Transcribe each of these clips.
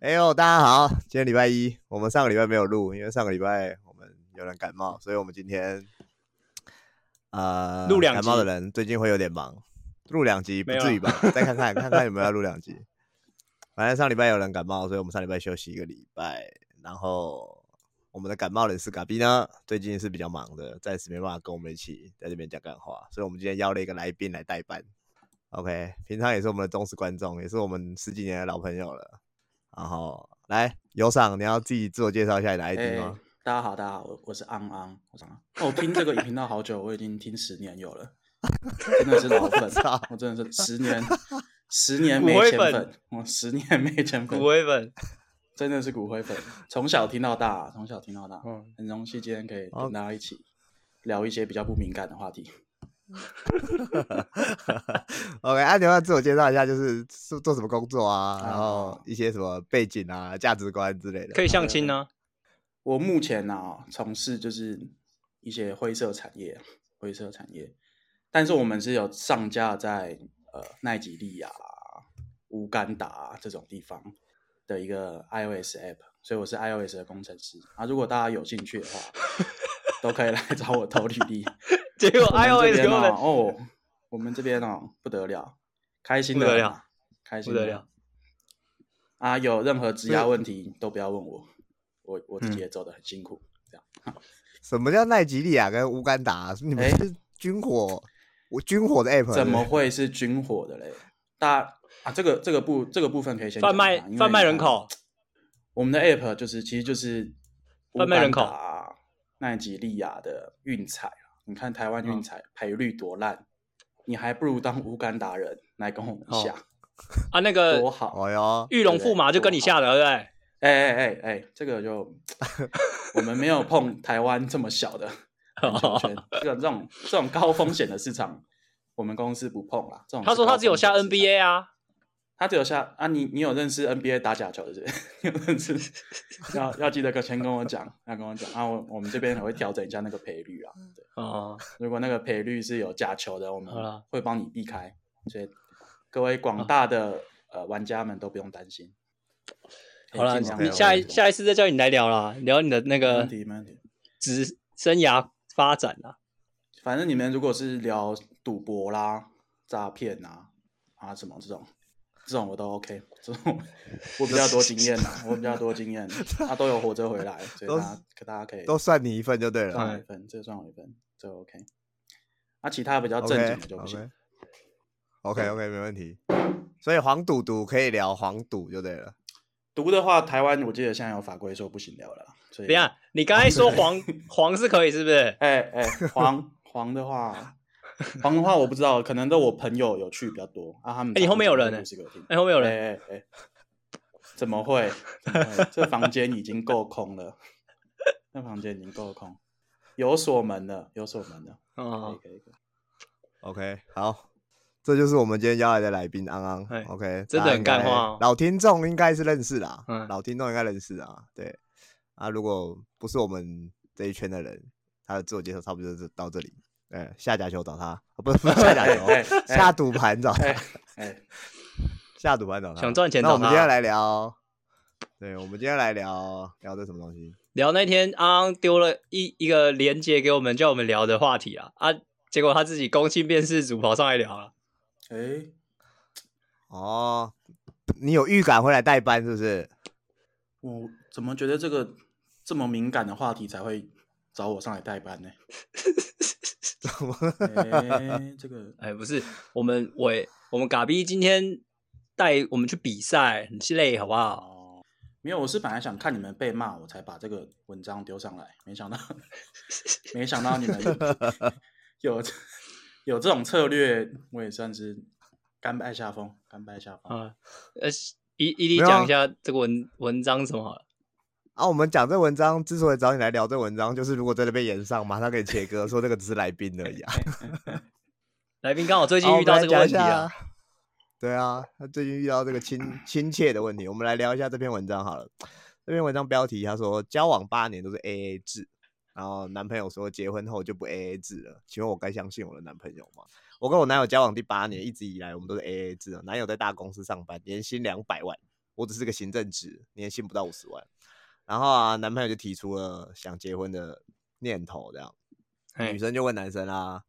哎呦，大家好，今天礼拜一，我们上个礼拜没有录，因为上个礼拜我们有人感冒，所以我们今天呃，录两感冒集的人最近会有点忙，录两集不没有至于啊吧？ 再看看看看有没有要录两集。反正上礼拜有人感冒，所以我们上礼拜休息一个礼拜，然后我们的感冒人士嘎比呢，最近是比较忙的，暂时没办法跟我们一起在这边讲干话，所以我们今天邀了一个来宾来代班。OK，平常也是我们的忠实观众，也是我们十几年的老朋友了。然后来，有赏，你要自己自我介绍一下你的 ID 哎，吗？大家好，大家好，我我是昂昂，我是昂昂。哦我听这个频道好久，我已经听十年有了，真的是 老粉操，我真的是十年，十年骨没灰钱粉粉，我十年没钱粉骨，灰粉，真的是骨灰粉，从小听到大，啊从小听到大，嗯，很荣幸今天可以哦跟大家一起聊一些比较不敏感的话题。哎 OK，啊，你要不要自我介绍一下，就是是做什么工作啊，然后啊一些什么背景啊、价值观之类的。可以相亲啊呢、我目前呢、从事就是一些灰色产业，灰色产业，但是我们是有上架在呃奈及利亚啦、乌干达啊这种地方的一个 iOS app，所以我是 iOS 的工程师啊。如果大家有兴趣的话，都可以来找我投履历。结果我们这 iOS 给边我哦们哦，我们这边哦不得了，开心的不得啦了，开心不得的了啊！有任何职是涯问题都不要问我，我我自嗯己也走得很辛苦。这样，什么叫奈及利亚跟乌干达啊？你们哎是军火，我军火的 app 怎么是不是？会是军火的嘞？大啊，这个这个部这个部分可以先贩讲一卖下因为啊贩卖你人看口，我们的 app 就是其实就是贩卖人口乌干达、奈及利亚的运彩啊你看台湾嗯运彩赔率多烂，你还不如当乌干达人来跟我们哦下，啊，那个多好！哦哟，玉龙驸马就跟你下了，对不对？哎哎哎哎，这 个就我们没有碰台湾这么小的篮哦球 圈，这个这种这种高风险的市场，我们公司不碰啦。这种他是说高他只有风险下的市场， NBA 啊，他只有下啊，你你有认识 NBA 打假球的人？ 你有认识？要要记得跟先跟我讲，要跟我讲啊，我我们这边还会调整一下那个赔率啊。对，哦，如果那个赔率是有假球的，我们好啦会帮你避开，所以各位广大的、呃玩家们都不用担心。可以好了，哎尽量不你要下一用下一次再叫你来聊啦，聊你的那没个问题没问题。职生涯发展啊。反正你们如果是聊赌博啦、诈骗啦啊什么这种，这种我都 OK，这种我比较多经验 啦，我比较多经验，他都有活着回来，所都以大家可大家可以都算你一份就对啊算我了。一分，这个算我一分，这个 OK。啊，其他比较正经 OK 的就不行 OK OK OK，没问题。所以黄赌毒可以聊黄赌就对了。毒的话，台湾我记得现在有法规说不行聊了啦，所以等一下，你刚才说黄黄是可以，是不是？哎哎，黄黄 的话，黄的话我不知道，可能都我朋友有去比较多啊，他们哎你后面有人呢、呢给我听哎，后面有人，哎哎哎，怎么会？怎么会这房间已经够空了，那房间已经够空，有锁门了，有锁门了。可以哦，可以可以。 OK，好，这就是我们今天邀来的来宾昂昂哎。 OK，真的大家很应干该话哦老听众应该是认识啦，嗯老听众应该认识啊。对啊，如果不是我们这一圈的人，他的自我介绍差不多就是到这里。哎，下假球找他，啊不是不是下假 球，哎哎 下赌盘找他哎，哎，下赌盘找他。想赚钱那我找们今天他。哦来聊，对，我们今天来聊聊的什么东西？聊那天安安丢了一一个连接给我们，叫我们聊的话题啊啊，结果他自己公信辨识组跑上来聊啊了。哎，哦，你有预感会来代班是不是？我怎么觉得这个这么敏感的话题才会找我上来代班呢？哎，这个哎，不是，我们我我们嘎逼今天带我们去比赛，很累，好不好？哦，没有，我是本来想看你们被骂，我才把这个文章丢上来，没 想到，没想到你们 有有有这种策略，我也算是甘拜下风，甘拜下风。啊，呃，一一力没有啊讲一下这个文文章什么好了。啊，我们讲这文章之所以找你来聊这文章，就是如果真的被延上，马上给你切割，说这个只是来宾而已啊。来宾刚好最近好遇到这个问题。哦我们来讲一啊，下对啊，他最近遇到这个亲亲切的问题，我们来聊一下这篇文章好了。这篇文章标题他说交往八年都是 A A 制，然后男朋友说结婚后就不 A A 制了，请问我该相信我的男朋友吗？我哦跟我男友交往第八年，一直以来我们都是 A A 制啊，男友在大公司上班，年薪两百万，我我只是个行政职，年薪不到五十万。然后啊，男朋友就提出了想结婚的念头，这样哎女，生就问男生啦、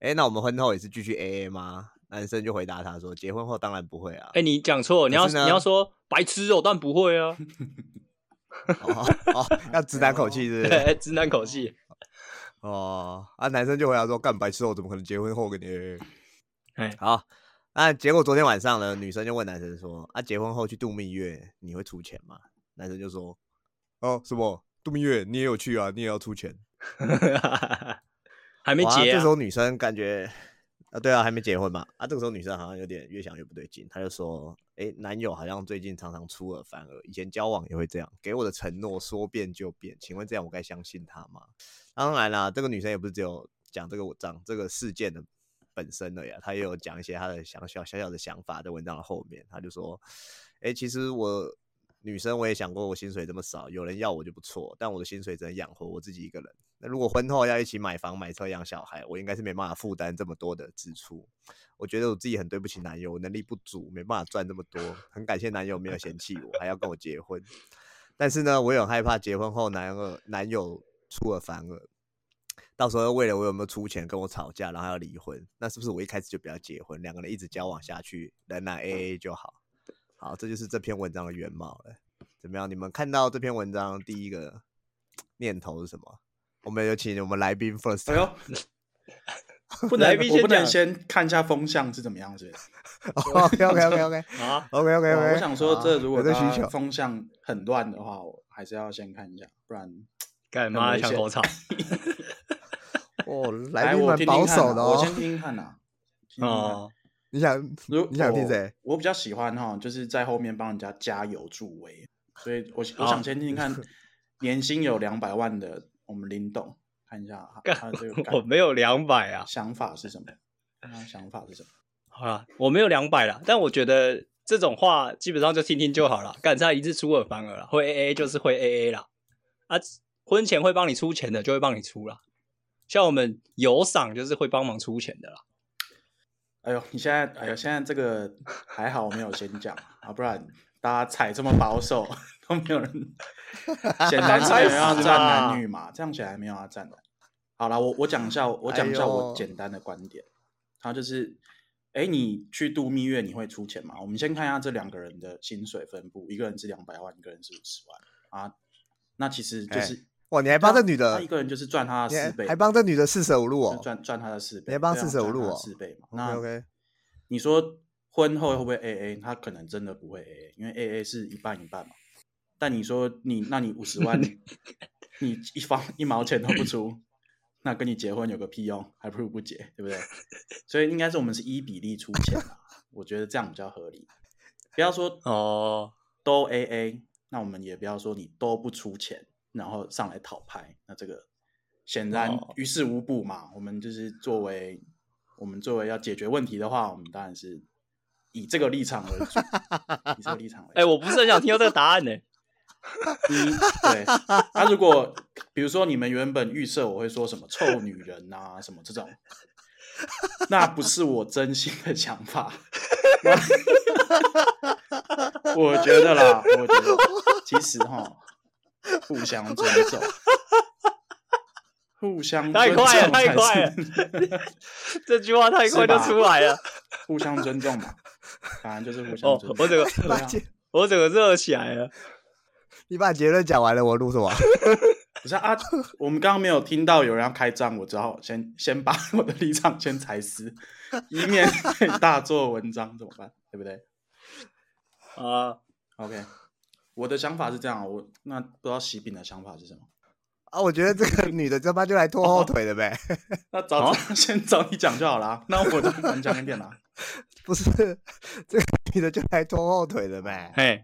诶，那我们婚后也是继续 AA 吗？男生就回答他说，结婚后当然不会啊。哎，你讲错，你要可是呢你要说白痴哦，但不会啊，哦，哦要直男口气是不是？对， 直男口气，哦，啊，男生就回答说，干白痴，哦我怎么可能结婚后跟你 AA？哎，好，那结果昨天晚上呢，女生就问男生说：“啊，结婚后去度蜜月，你会出钱吗？”男生就说：“哦，什么度蜜月你也有去啊，你也要出钱。还没哇结这啊时，候女生感觉啊，对啊，还没结婚嘛。啊，这个时候女生好像有点越想越不对劲，她就说：“哎、男友好像最近常常出尔反尔，以前交往也会这样，给我的承诺说变就变，请问这样我该相信他吗？”当然啦，这个女生也不是只有讲这个文章这个事件的本身而已、啊，她也有讲一些她的想小小小的想法在文章的后面，她就说：“哎、其实我。”女生我也想过，我薪水这么少，有人要我就不错，但我的薪水只能养活我自己一个人。那如果婚后要一起买房、买车、养小孩，我应该是没办法负担这么多的支出。我觉得我自己很对不起男友，我能力不足，没办法赚这么多。很感谢男友没有嫌弃我，还要跟我结婚。但是呢，我也很害怕结婚后男友男友出尔反尔，到时候为了我有没有出钱跟我吵架，然后还要离婚，那是不是我一开始就不要结婚，两个人一直交往下去，仍嗯然 A A 就好？好，这就是这篇文章的原貌了。怎么样？你们看到这篇文章第一个念头是什么？我们有请我们来宾 first，、哎呦，不能来宾我先不能讲先看一下风向是怎么样，是不是？ OK OK OK OK 啊， OK OK 哇 OK，我想说，这如果啊有这需它求，风向很乱的话，我还是要先看一下，不然干妈很危想险口草， 哦，来来宾我蛮听听保看守啊的我哦先。听听 看呐。先听听看啊哦，你想如你想听谁？我？我比较喜欢哈，就是在后面帮人家加油助威，所以我哦我想先听听看，年薪有两百万的我们林董，看一下他他的这嗯个我感没有两百啊，想法是什么？他的想法是什么？好啦，我没有两百啦，但我觉得这种话基本上就听听就好了。干他一次出尔反尔啦，会 A A 就是会 A A 啦。啊，婚前会帮你出钱的就会帮你出啦，像我们有赏就是会帮忙出钱的啦。哎呦，你现在哎呦，现在这个还好我没有先讲啊，不然大家踩这么保守都没有人，显然是没有要站男女嘛，这样显然没有要站的。好了，我我讲一下，我讲一哎下呦我简单的观点，他就是，哎，你去度蜜月你会出钱吗？我们先看一下这两个人的薪水分布，一个人是两百万，一个人是五十万啊，那其实就是。哇，你哎还帮这女他的一，个人就是赚他的你还四倍，还帮这女的四舍五入就哦。赚赚他的四倍，你还帮对啊四舍五入赚他哦的四倍嘛。那 OK OK，你说婚后会不会 A A？他可能真的不会 A A，因为 A A 是一半一半嘛。但你说你，那你五十万，你一方一毛钱都不出，那跟你结婚有个屁用，还不如不结，对不对？所以应该是我们是一比例出钱啦，我觉得这样比较合理。不要说哦，都 A A，那我们也不要说你都不出钱，然后上来讨拍，那这个显然哦于事无补嘛。我们就是作为我们作为要解决问题的话，我们当然是以这个立场为主，以这个立场为主。哎、我不是很想听到这个答案呢、 你对，那如果比如说你们原本预设我会说什么臭女人啊什么这种，那不是我真心的想法。 我觉得啦，我觉得其实哈，互相尊重，互相太尊重快了，太才快是了，这句话太快就出来了。互相尊重嘛，反正就是互相哦尊重。，我整个对把啊结我整个热起来了。你把结论讲完了，我录什么？ 不是啊，我们刚刚没有听到有人要开战，我只好先先把我的立场先裁撕，以免大做文章，怎么办？对不对啊， ？OK，我的想法是这样，啊我那不知道喜饼的想法是什么？啊，我觉得这个女的他妈就来拖后腿的呗， 那早知道先找你讲就好啦，那我就晚讲一点啦。不是 这个女的就来拖后腿的呗，嘿，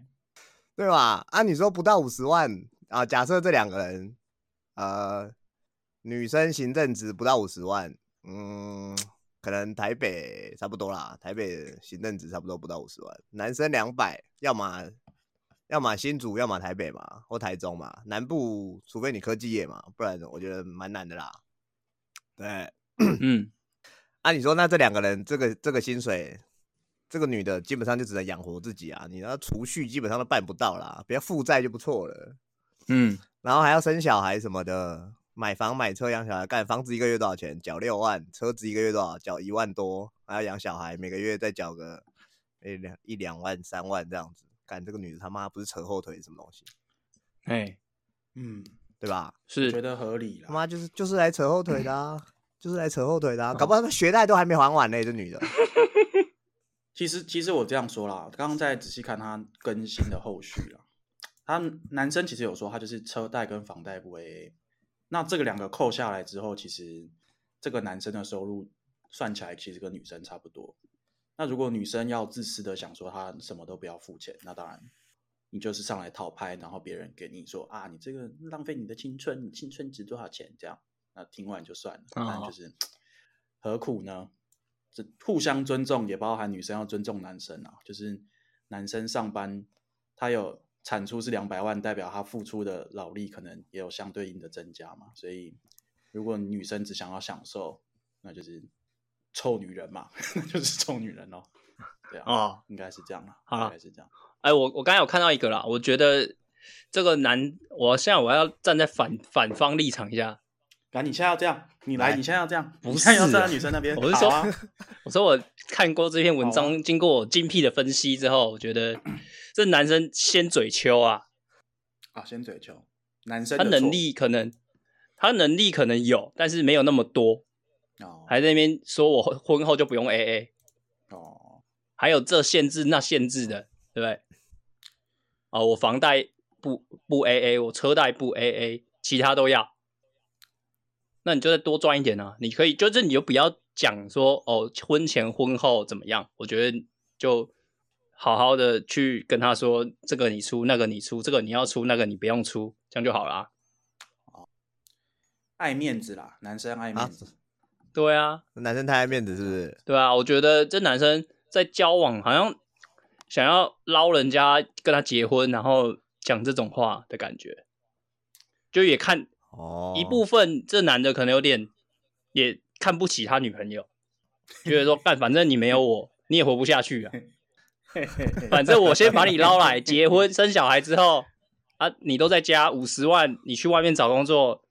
对吧？啊，你说不到五十万啊，假设这两个人，呃，女生行政职不到五十万，嗯，可能台北差不多啦，台北行政职差不多不到五十万，男生两百，要么要么新竹，要么台北嘛，或台中嘛，南部除非你科技业嘛，不然我觉得蛮难的啦。对，嗯，啊，你说那这两个人这个这个薪水这个女的基本上就只能养活自己啊，你那储蓄基本上都办不到啦，不要负债就不错了，嗯，然后还要生小孩什么的，买房买车养小孩，干房子一个月多少钱？缴六万，车子一个月多少？缴一万多，还要养小孩，每个月再缴个诶两一两万三万这样子，干这个女的他妈不是扯后腿是什么东西，哎，嗯，对吧？是觉得合理他啦。妈就是就是来扯后腿的、啊，就是来扯后腿的、啊，搞不好她学贷都还没还完呢、这女的。 其实其实我这样说啦，刚刚在仔细看他更新的后续啦，他男生其实有说他就是车贷跟房贷不 AA，那这个两个扣下来之后，其实这个男生的收入算起来其实跟女生差不多。那如果女生要自私的想说她什么都不要付钱，那当然你就是上来讨拍，然后别人给你说啊，你这个浪费你的青春，你青春值多少钱这样，那听完就算了，但哦就是、何苦呢？这互相尊重也包含女生要尊重男生啊，就是男生上班他有产出是两百万，代表他付出的劳力可能也有相对应的增加嘛。所以如果女生只想要享受，那就是臭女人嘛， 那就是臭女人咯。对啊，哦，应该是这样啦，好啦应该是这样。哎，我我刚才有看到一个啦，我觉得这个男，我现在我要站在反反方立场一下，赶你现在要这样，你来，来你现在要这样，不你现在要是站啊在女生那边。我是好说 啊，我说我看过这篇文好啊章，经过我精辟的分析之后，我觉得这男生先嘴秋啊，啊，先嘴求男生他的错能力可能他能力可能有，但是没有那么多，哦还在那边说我婚婚后就不用 AA，哦，还有这限制那限制的，对不对？哦，我房贷不不 AA，我车贷不 AA，其他都要。那你就再多赚一点啊！你可以，就是你就不要讲说哦，婚前婚后怎么样？我觉得就好好的去跟他说，这个你出，那个你出，这个你要出，那个你不用出，这样就好啦。爱面子啦，男生爱啊面子。对啊，男生太爱面子是不是？对啊，我觉得这男生在交往好像想要捞人家跟他结婚，然后讲这种话的感觉，就也看哦，一部分这男的可能有点也看不起他女朋友，觉得说干反正你没有我，你也活不下去啊，嘿嘿嘿反正我先把你捞来结婚生小孩之后啊，你都在家五十万，你去外面找工作，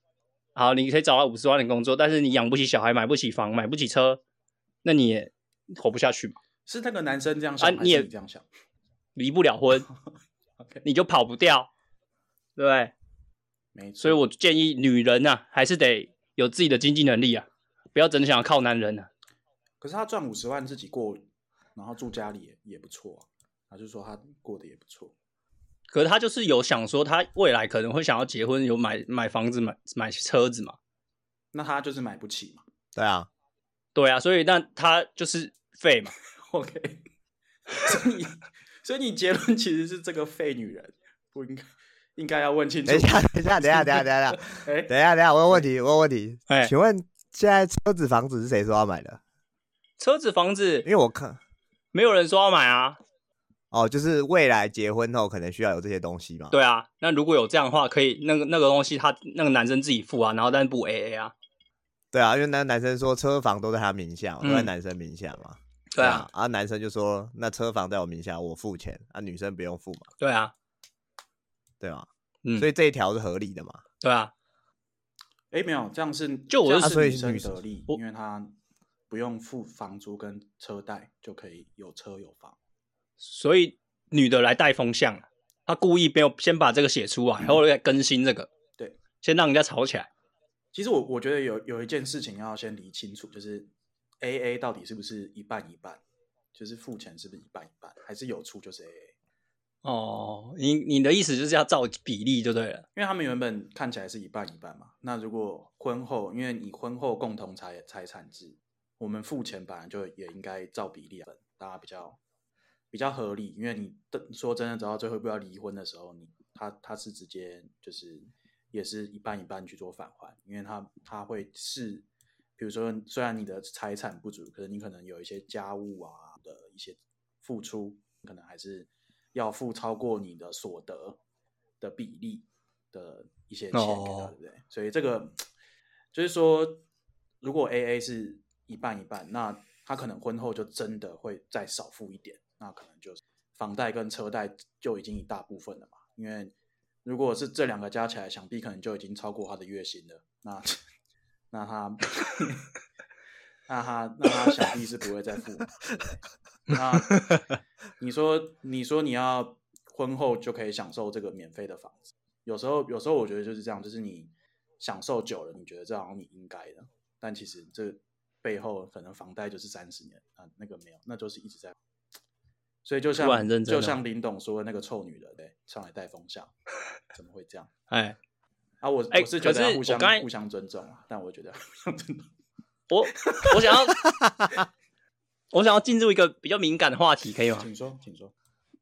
好，你可以找到五十万的工作，但是你养不起小孩，买不起房，买不起车，那你也活不下去嘛。 是那个男生这样啊想，还你是也这样想离不了婚， ？OK，你就跑不掉，对不对？没错。所以我建议女人呐、还是得有自己的经济能力啊，不要真的想要靠男人啊。可是他赚五十万自己过，然后住家里也也不错啊。他就说他过得也不错，可是她就是有想说，她未来可能会想要结婚，有买买房子、买买车子嘛？那他就是买不起嘛。对 啊，对啊，所以那她就是废嘛。 OK，所以你所以你结论其实是这个废女人不应该应该要问清楚等一。下，等一下，等一下，等一下，等一下，哎、等一下，等一下，我有问题，我有问题哎，请问现在车子、房子是谁说要买的？车子、房子因，为我看没有人说要买啊。哦，就是未来结婚后可能需要有这些东西嘛。，对啊，那如果有这样的话，可以那个那个东西他，那个男生自己付啊，然后但是不 A A 啊。对啊，因为那男生说车房都在他名下嘛，都在嗯男生名下嘛。对啊，，啊，男生就说那车房在我名下，我付钱，啊，女生不用付嘛，对啊，对吧？嗯所以这一条是合理的嘛？对啊，诶没有，这样是就我这样就是所以女是生女生得利，我因为她不用付房租跟车贷就可以有车有房。所以女的来带风向啊，她故意没有先把这个写出来，然后再更新这个，对，先让人家吵起来。其实我我觉得有有一件事情要先理清楚，就是 A A 到底是不是一半一半，就是付钱是不是一半一半，还是有出就是 A A？哦，你你的意思就是要照比例就对了。因为他们原本看起来是一半一半嘛。那如果婚后，因为你婚后共同财财产制，我们付钱本来就也应该照比例分，大家比较比较合理。因为你的说真的，走到最后要不要离婚的时候，你他他是直接就是也是一半一半去做返还，因为他他会是，比如说虽然你的财产不足，可是你可能有一些家务啊的一些付出，可能还是要付超过你的所得的比例的一些钱给他，哦对不对？所以这个就是说，如果 A A 是一半一半，那他可能婚后就真的会再少付一点，那可能就是房贷跟车贷就已经一大部分了嘛。因为如果是这两个加起来，想必可能就已经超过他的月薪了。那 那他那他那他想必是不会再付。那 你说你说你要婚后就可以享受这个免费的房子，有时候有时候我觉得就是这样，就是你享受久了，你觉得这好像你应该的，但其实这背后可能房贷就是三十年啊，那个没有，那就是一直在。所以就像突然认真哦了就像林董说的那个臭女人，对，上来带 风向，怎么会这样？哎，啊，我哎我是觉可得是要互相我刚才互相尊重啊，但我觉得要互相尊重。我我 想要，我想要进入一个比较敏感的话题，可以吗？请说，请说。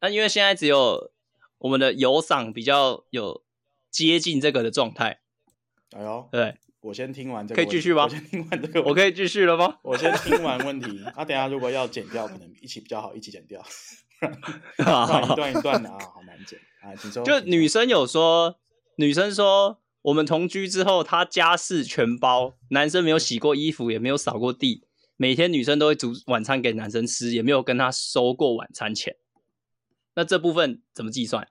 那因为现在只有我们的有赏比较有接近这个的状态，哎呦，对我先听完这个可以问题，继续吗我先听完这个不对，我问题，可以继续了 吗？我先听完问题。啊，等一下如果要剪掉，可能一起比较好，一 起剪掉，不然一段一段的啊，好难剪啊。请说，就请说女生有说，女生说我们同居之后，她家事全包，男生没有洗过衣服，也没有扫过地，每天女生都会煮晚餐给男生吃，也没有跟他收过晚餐钱。那这部分怎么计算？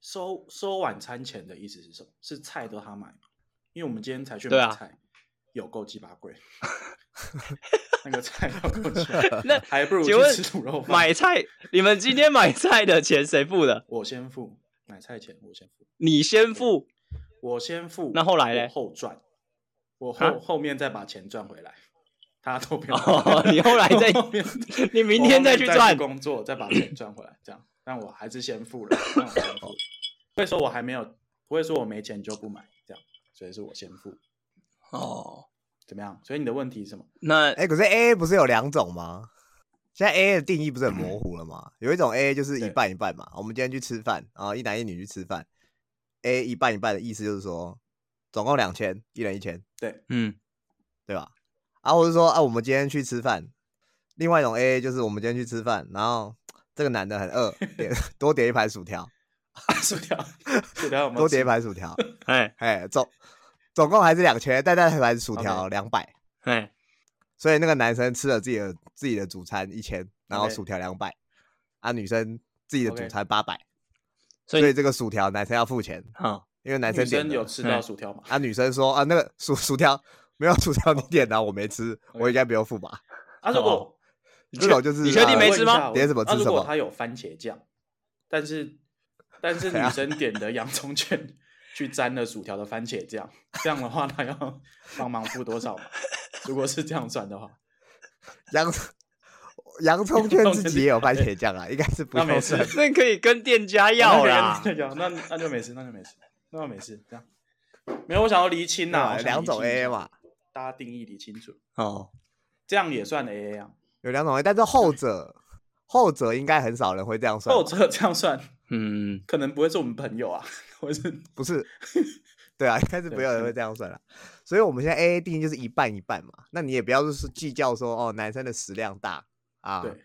收收晚餐钱的意思是什么？是菜都他买吗？因为我们今天才去对买啊菜，有够鸡巴贵， 那个菜有够鸡巴贵， 那还不如去请问吃卤肉饭。买菜，你们今天买菜的钱谁付的？我先付买菜钱，我先付。你先付，我先付，那后来嘞我后赚，我啊后后面再把钱赚回来，他都没有。 哦你后来再后面你明天再去我后面赚去。工作，再把钱赚回来，这样。但我还是先 付了，但我先付。不会说我还没有，不会说我没钱就不买，这样。所以是我先付，哦，怎么样？所以你的问题 是什么？那哎、可是 A A 不是有两种吗？现在 A A 的定义不是很模糊了吗？有一种 A A 就是一对半一半嘛。我们今天去吃饭啊，一男一女去吃饭，A 一半一半的意思就是说，总共两千，一人一千，对，嗯，对吧？啊，或者说啊，我们今天去吃饭，另外一种 A A 就是我们今天去吃饭，然后这个男的很饿， 点多点一盘薯条，薯条，薯条有没有多点一吃盘薯条，哎哎，总总共还是两千，但那盘薯条两百，哎，所以那个男生吃了自己的自己的主餐一千，然后 OK 薯条两百，啊，女生自己的主 OK 餐八百，所所以以这个薯条男生要付钱，好， 因为男女生点生的有吃到嗯薯条吗？啊，女生说啊，那个薯 薯条没有薯条你点的，啊我没吃，我应该不用付吧？啊，如哦果啊这种就是你确定呃没吃吗我问一下点什么吃那什如么果它有番茄酱，但是但哎是女生点的洋葱卷去沾了薯条的番茄酱，这样的话，她要帮忙付多少嘛？如果是这样算的话，洋葱洋葱圈自己也有番茄酱啊，应该是不那没用事算。那可以跟店家要 啦。那就那那就没事，那就没事，那就没事，这样没有。我想要厘清对呐、啊我想两种厘清一 AA 下嘛，大家定义理清楚，哦，这样也算 AA 啊？有两种，但是后者后者应该很少人会这样算吧，后者这样算，嗯，可能不会是我们朋友啊， 或是不是？对啊，应该是对没有人会这样算了。所以我们现在 AA 定义就是一半一半嘛。那你也不要就是计较说哦，男生的食量大啊，对，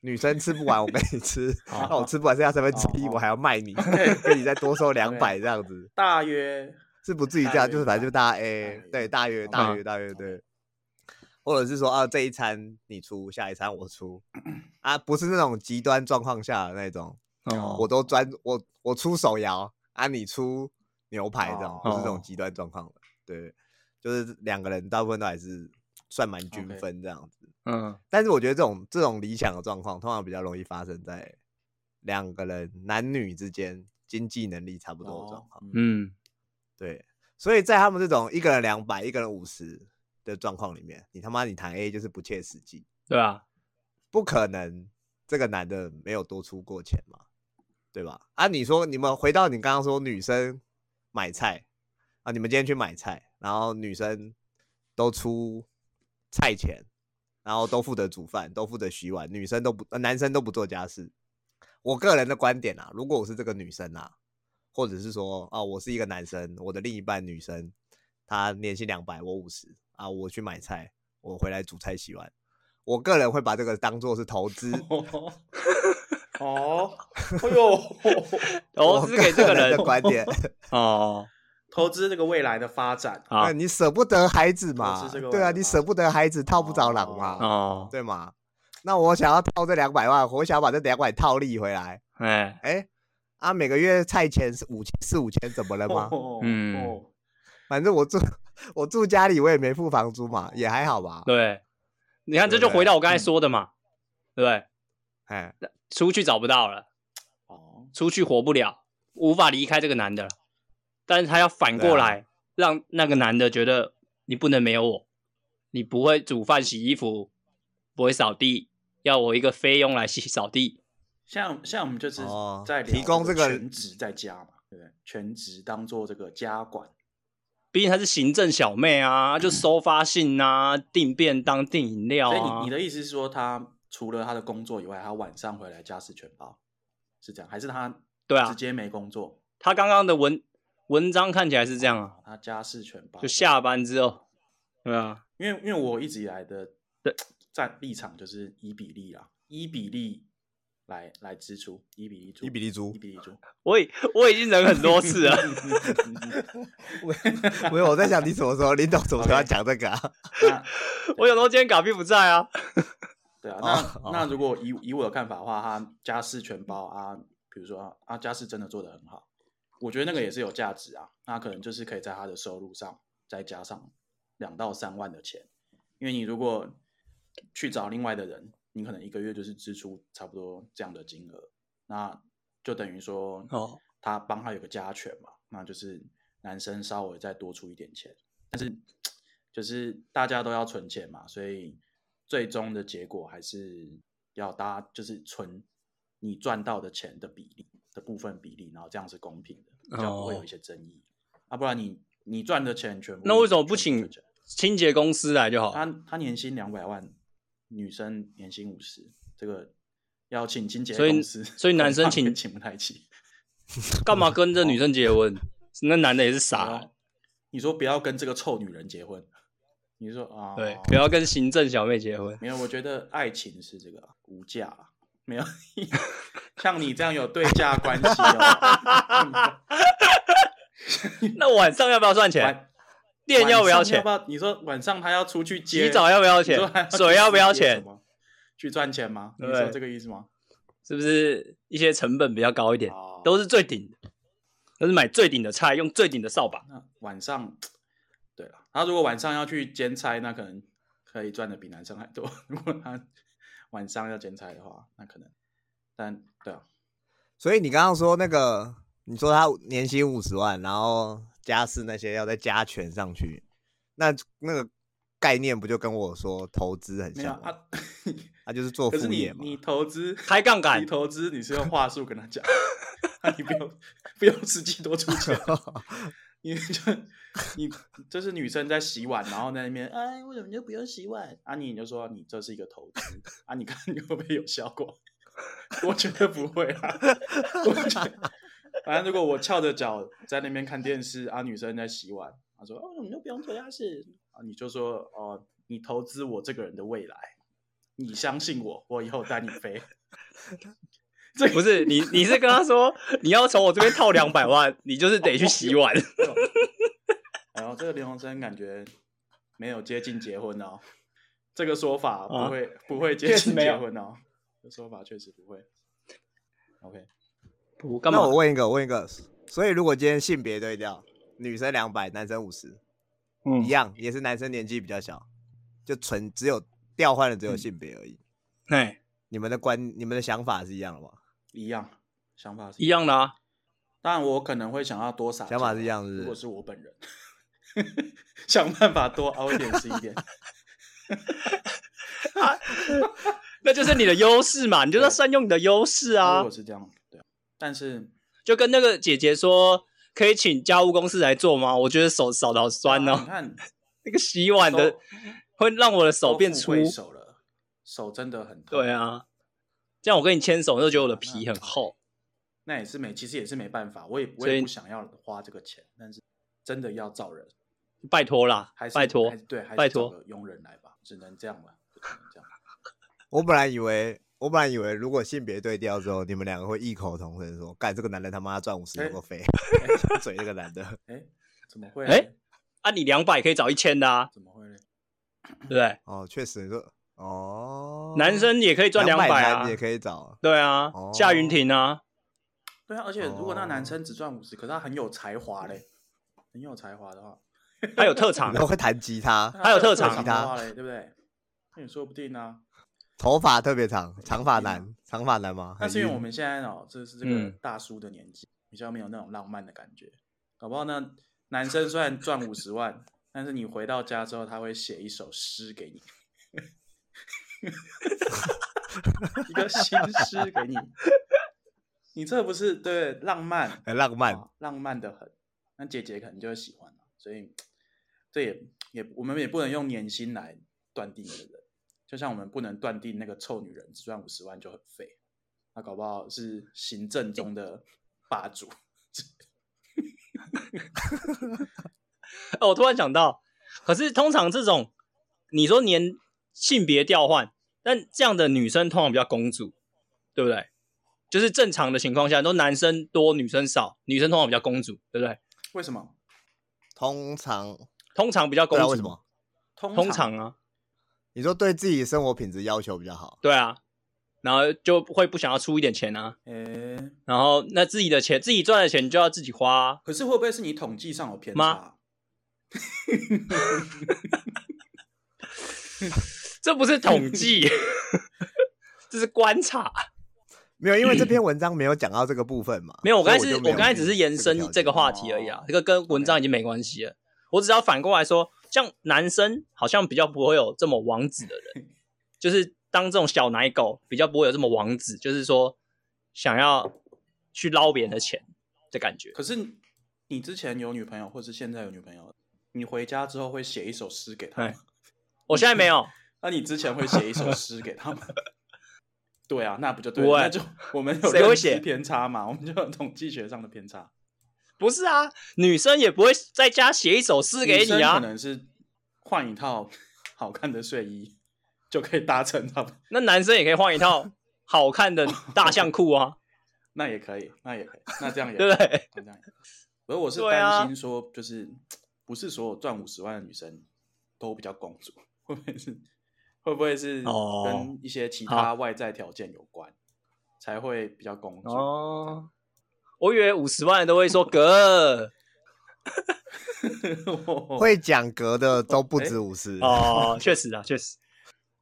女生吃不完我跟你吃， 好那我吃不完剩下三分之一，哦我还要卖你， OK 跟你再多收两百这样子，大约是不至于这样，就是反正就大家大 AA，约对，大约嗯大约大约对。或者是说啊，这一餐你出，下一餐我出，啊，不是那种极端状况下的那种，哦，我都专我我出手摇啊，你出牛排这样，哦就是这种极端状况的。对，就是两个人大部分都还是算蛮均 OK 分这样子。嗯，但是我觉得这种这种理想的状况，通常比较容易发生在两个人男女之间经济能力差不多的状况。嗯。嗯，对，所以在他们这种一个人两百，一个人五十的状况里面，你他妈你谈 A 就是不切实际，对吧？不可能这个男的没有多出过钱嘛，对吧？啊，你说你们回到你刚刚说女生买菜啊，你们今天去买菜，然后女生都出菜钱，然后都负责煮饭，都负责洗碗，女生都不、呃男生都不做家事。我个人的观点啊，如果我是这个女生啊，或者是说啊，我是一个男生，我的另一半女生，她年薪两百，我五十啊，我去买菜，我回来煮菜洗碗，我个人会把这个当做是投资 哦，哦，哎呦，哦，我是给这个人人 的观点，哦，投资这个未来的发展。啊哎那你舍不得孩子嘛我是这个？对啊，玩法你舍不得孩子，套不着狼嘛，哦，对嘛？那我想要套这两百万，我想要把这两百套利回来。哎，哎，啊，每个月菜钱是五千，四五千，怎么了吗？哦嗯哦反正我住 我住家里，我也没付房租嘛，也还好吧。对，你看这就对不对回到我刚才说的嘛，对不对？ 哎，出去找不到了，哦，出去活不了，无法离开这个男的了。但是他要反过来、让那个男的觉得你不能没有我，你不会煮饭、洗衣服，不会扫地，要我一个费用来洗扫地。像像我们就是哦在聊提供这个全职在家嘛，对不对？全职当做这个家管，毕竟她是行政小妹啊，就收发信啊、订便当、订饮料所以啊你你。的意思是说，他除了他的工作以外，他晚上回来家事全包，是这样？还是他对啊直，接没工作？她刚刚的文文章看起来是这样啊，他家事全包就。下班之后，对啊，因为因为我一直以来的对站立场就是以比例啊，一比例来来支出，一比例出，一比例租一，比例出，我已我已经忍很多啊次了。 没有，我在想你什么时候，林董什么时候要讲这个啊？ 那我想说今天嘎比不在啊，对啊，哦那那如果以以我的看法的话，他家事全包啊，比如说啊，家事真的做得很好，我觉得那个也是有价值啊。那可能就是可以在他的收入上再加上两到三万的钱，因为你如果去找另外的人，你可能一个月就是支出差不多这样的金额，那就等于说哦，他帮他有个加权嘛，那就是男生稍微再多出一点钱，但是就是大家都要存钱嘛，所以最终的结果还是要大家就是存你赚到的钱的比例的部分比例，然后这样是公平的，比较不会有一些争议、啊，不然你你赚的钱全部哦那为什么不全部请存起来清洁公司来就好？他他年薪两百万，女生年薪五十，这个要请清洁所以公司，所以男生恐怕请请不太起。干嘛跟这女生结婚？那男的也是傻，哦你说不要跟这个臭女人结婚，你说啊？对，不要跟行政小妹结婚。没有，我觉得爱情是这个啊无价啦，没有 像你这样有对价关系哦。那晚上要不要算钱？晚 店要不要晚上钱要不？要？你说晚上他要出去接洗澡要不要你说钱还？去水要不要接什钱？么？去赚钱吗？你对说这个意思吗？是不是一些成本比较高一点哦，都是最顶的，都是买最顶的菜，用最顶的扫把。那晚上，对了，他如果晚上要去兼差，那可能可以赚的比男生还多。 如果他晚上要兼差的话，那可能，但对啊，所以你刚刚说那个，你说他年薪五十万，然后家事那些要再加权上去，那那个概念不就跟我说投资很没有像吗？啊。他就是做 可是副你业嘛。你投资开杠杆你投资你是用话术跟他讲， 那你不用不用实际多出钱，你就你就是女生在洗碗，然后在那边 哎为什么就不用洗碗？啊你就说你这是一个投资，啊你看你会不会有效果？ 我觉得不会啊， 我觉得反正如果我翘着脚在那边看电视，啊女生在洗碗，她说哦你就不用做家事，啊你就说哦你投资我这个人的未来。你相信我，我以后带你飞。这 个不是你，你是跟他说你要从我这边套两百万，你就是得去洗 碗。然哎后这个刘洪生感觉没有接近结婚哦，这个说法不会、不会接啊确实近没结有婚哦，这说法确实不会。OK，不干那嘛？我问一个，我问一个，所以如果今天性别对调，女生两百，男生五十，嗯一样，也是男生年纪比较小，就纯只有调换了只有嗯性别而已。哎，你们的观，你们的想法是一样的吗？一样想法是一。样的啊。当然，我可能会想要多撒娇，想法是一样是不是如果是我本人， 想办法多凹一点是一点。那就是你的优势嘛，你就是要善用你的优势如啊果。是这样，对啊。但是就跟那个姐姐说，可以请家务公司来做吗？我觉得手扫的好酸啊你哦，看那个洗碗的手会让我的手变都富粗。贵手了，手真的很痛。对啊，这样我跟你牵手，你就觉得我的皮很厚。那也是没，其实也是没办法，我也我所以也不想要花这个钱，但是真的要找人，拜托啦还，是拜托还是，对，还是拜托找个佣人来吧，只能这样了，只能这样。我本来以为，我本来以为，如果性别对调之后，你们两个会异口同声说：“干这个男人他妈赚五十哎能够飞，嘴那个男的。哎，怎么会？哎啊，你两百可以找一千的啊，怎么会呢？对不对？哦，确实说哦，男生也可以赚两百百男啊也，可以找，对啊哦，夏云婷啊，对啊，而且如果那哦男生只赚五十，可是他很有才华嘞，很有才华的话，他有特 长然，后会弹吉他，还有特长长的话嘞，对不对？那也说不定啊。头发特别长，长发男，长发男吗？那是因为很我晕们现在哦，这是这个嗯大叔的年纪，比较没有那种浪漫的感觉。搞不好呢，男生虽然赚五十万， 但是你回到家之后，他会写一首诗给你， 一个新诗给你。你这不是对浪漫？很浪漫，哦啊浪漫的很。那姐姐可能就会喜欢了，所以这也也我们也不能用年薪来断定一个人，就像我们不能断定那个臭女人只赚五十万就很废，那搞不好是行政中的霸主。 哦，我突然想到，可是通常这种你说年性别调换，但这样的女生通常比较公主，对不对？就是正常的情况下，都男生多女生少，女生通常比较公主，对不对？为什么？通常通常比较不知道公主，啊为什？么？通通常啊，你说对自己生活品质要求比较好，对啊，然后就会不想要出一点钱啊，诶、然后那自己的钱，自己赚的钱就要自己花啊、可是会不会是你统计上有偏妈差？这不是统 计，这是观察。没有，因为这篇文章没有讲到这个部分嘛。没有，我刚才所以是就我没有刚才只是延伸条件这个话题而已啊哦，这个跟文章已经没关系了。我只要反过来说，像男生好像比较不会有这么王子的人，就是当这种小奶狗比较不会有这么王子，就是说想要去捞别人的钱的感觉。可是你你之前有女朋友，或是现在有女朋友，你回家之后会写一首诗给她哎吗？我现在没有， 那你之前会写一首诗给他们？ 对啊，那不就对不了？会 那就我们有谁认会知写偏差嘛，我们就有统计学上的偏差。不是啊，女生也不会在家写一首诗给女你生可啊。能是换一套 好看的睡衣就可以达成他们，那男生也可以换一套好看的大象裤啊，那也可以，那也可以，那这样也对不可以对？那这样也可以。而我是对啊担心说，就是不是所有赚五十万的女生都比较公主，会不会是会不会是哦跟一些其他外在条件有关，才会比较公主？哦，我以为五十万都会说哥。 会讲格的都不止五十，哦，确实啊，确实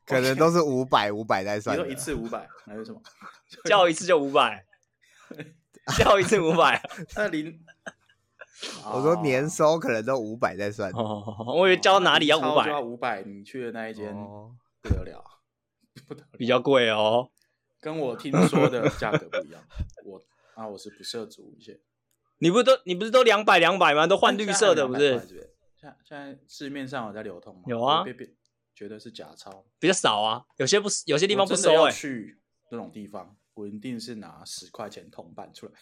可能都是五百五百在你算说的。一次五百 还是什么？ 叫一次就五百， 叫一次五百。那零， 我说年哦收可能都五百在算。啊哦，我以为叫哪里要超五就要百，五百，你去的那一间哦，不得了，比较贵哦。跟我听说的价格不 一样。我啊，我是不涉足一些，你不都你不是都两百两百吗？都换绿色的不现在还有200块是？不？现在现在市面上有在流通吗？有啊我被被觉得是假钞，比较少啊，有些不有些这地方不我真的收要哎、去那种地方，我一定是拿十块钱铜板出来，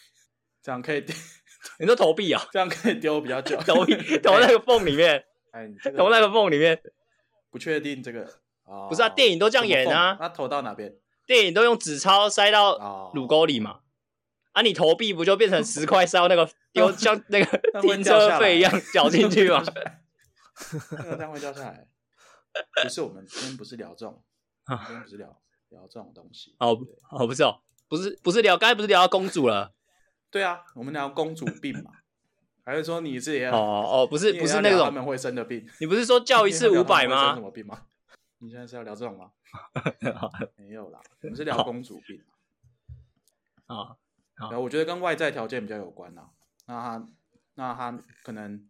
这样可以 你说投币啊，这样可以丢比 较久。投币投那个缝里面，哎，你这投个那个缝里面。不确定 这个啊，不是啊电影都这样演啊怎么放那投到哪边？电影都用纸钞塞到哦，乳沟里嘛，啊，你投币不就变成十块塞到那个丢像 那那个哦会停掉下车来费一样缴进去啊嘛？ 那个蛋会掉下来。不是我们今天不是聊这种，我啊们今天不是聊聊这种东西。哦对哦，不是哦，不是不是聊，刚才不是聊到公主了？对啊，我们聊公主病嘛，还是说你自己也哦哦，不是啊你也不是要那聊种他们会生的病，你不是说叫一次你也五要聊他百们会生什吗？么病吗？ 你现在是要聊这 种吗？没有啦，我们是聊公主病。啊，好然后我觉得跟外在条件比较有关啦、那他那他可能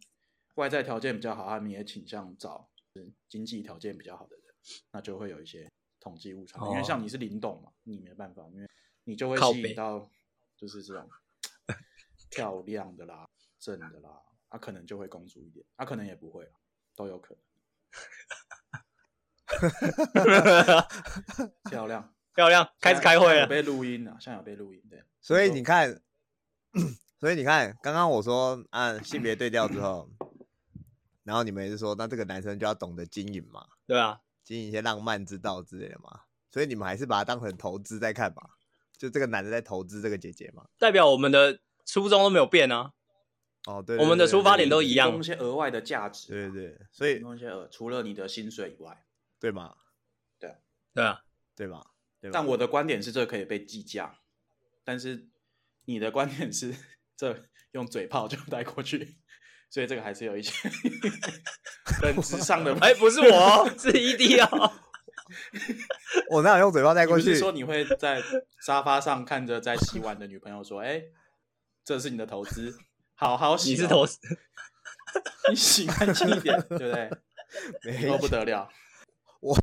外在条件比较好，他们也倾向找嗯经济条件比较好的人，那就会有一些统计误差。因为哦像你是零懂嘛，你没办法，因为你就会靠吸北引到就是这 种漂亮的啦、正的啦，他、可能就会公主一点，啊他、可能也不会啦，都有可能。 漂亮，漂亮，开始开会现在有啊了。被录音了、现在有被录音，对。所以你看， 所以你看，刚刚我说按性别对调之后，然后你们也是说，那这个男生就要懂得经营嘛，对啊，经营一些浪漫之道之类的嘛。所以你们还是把它当成投资在看嘛，就这个男的在投资这个姐姐嘛。代表我们的初衷都没有变啊。哦，对，我们的对对出发点对都一样提供一些额外的价值、对对，对所以提供一些额，除了你的薪水以外，对嘛，对啊，。对嘛，对嘛。但我的观点是这可以被计价，但是你的观点是这用嘴炮就带过去，所以这个还是有一些本质上的哎、不是我哦， 是 ED 哦。啊我哪有用嘴巴带你不过去是？说你会在沙发上看着在洗碗的女朋友说：“哎、这是你的投资，好好洗、你哦是投，你洗干净一点，对不对？没以有哦后不得了，我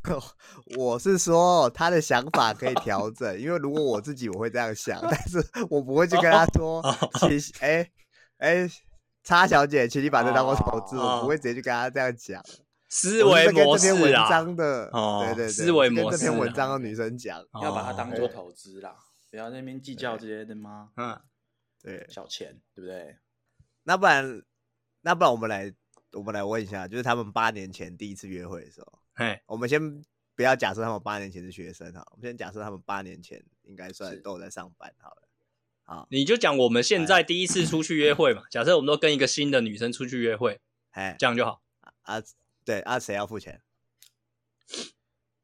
我是说他的想法可以调整，因为如果我自己我会这样想，但是我不会去跟他说，哦 请 哎哎，叉小姐，请你把这当做投资，我不会直接去跟他这样讲。哦思我是维在跟模这篇式文啊，章的，哦对对对，思维是跟模这式篇文啊章的女生讲，要把它当做哦投资啦，不要在那边计较这些的妈嗯，对，小钱，对不对？那不然那不然我们来我们来问一下，就是他们八年前第一次约会的时候，哎，我们先不要假设他们八年前是学生哈，我们先假设他们八年前应该算是都有在上班好了。好，你就讲我们现在第一次出去约会嘛，假设我们都跟一个新的女生出去约会，哎，这样就好，啊，对啊，谁要付钱？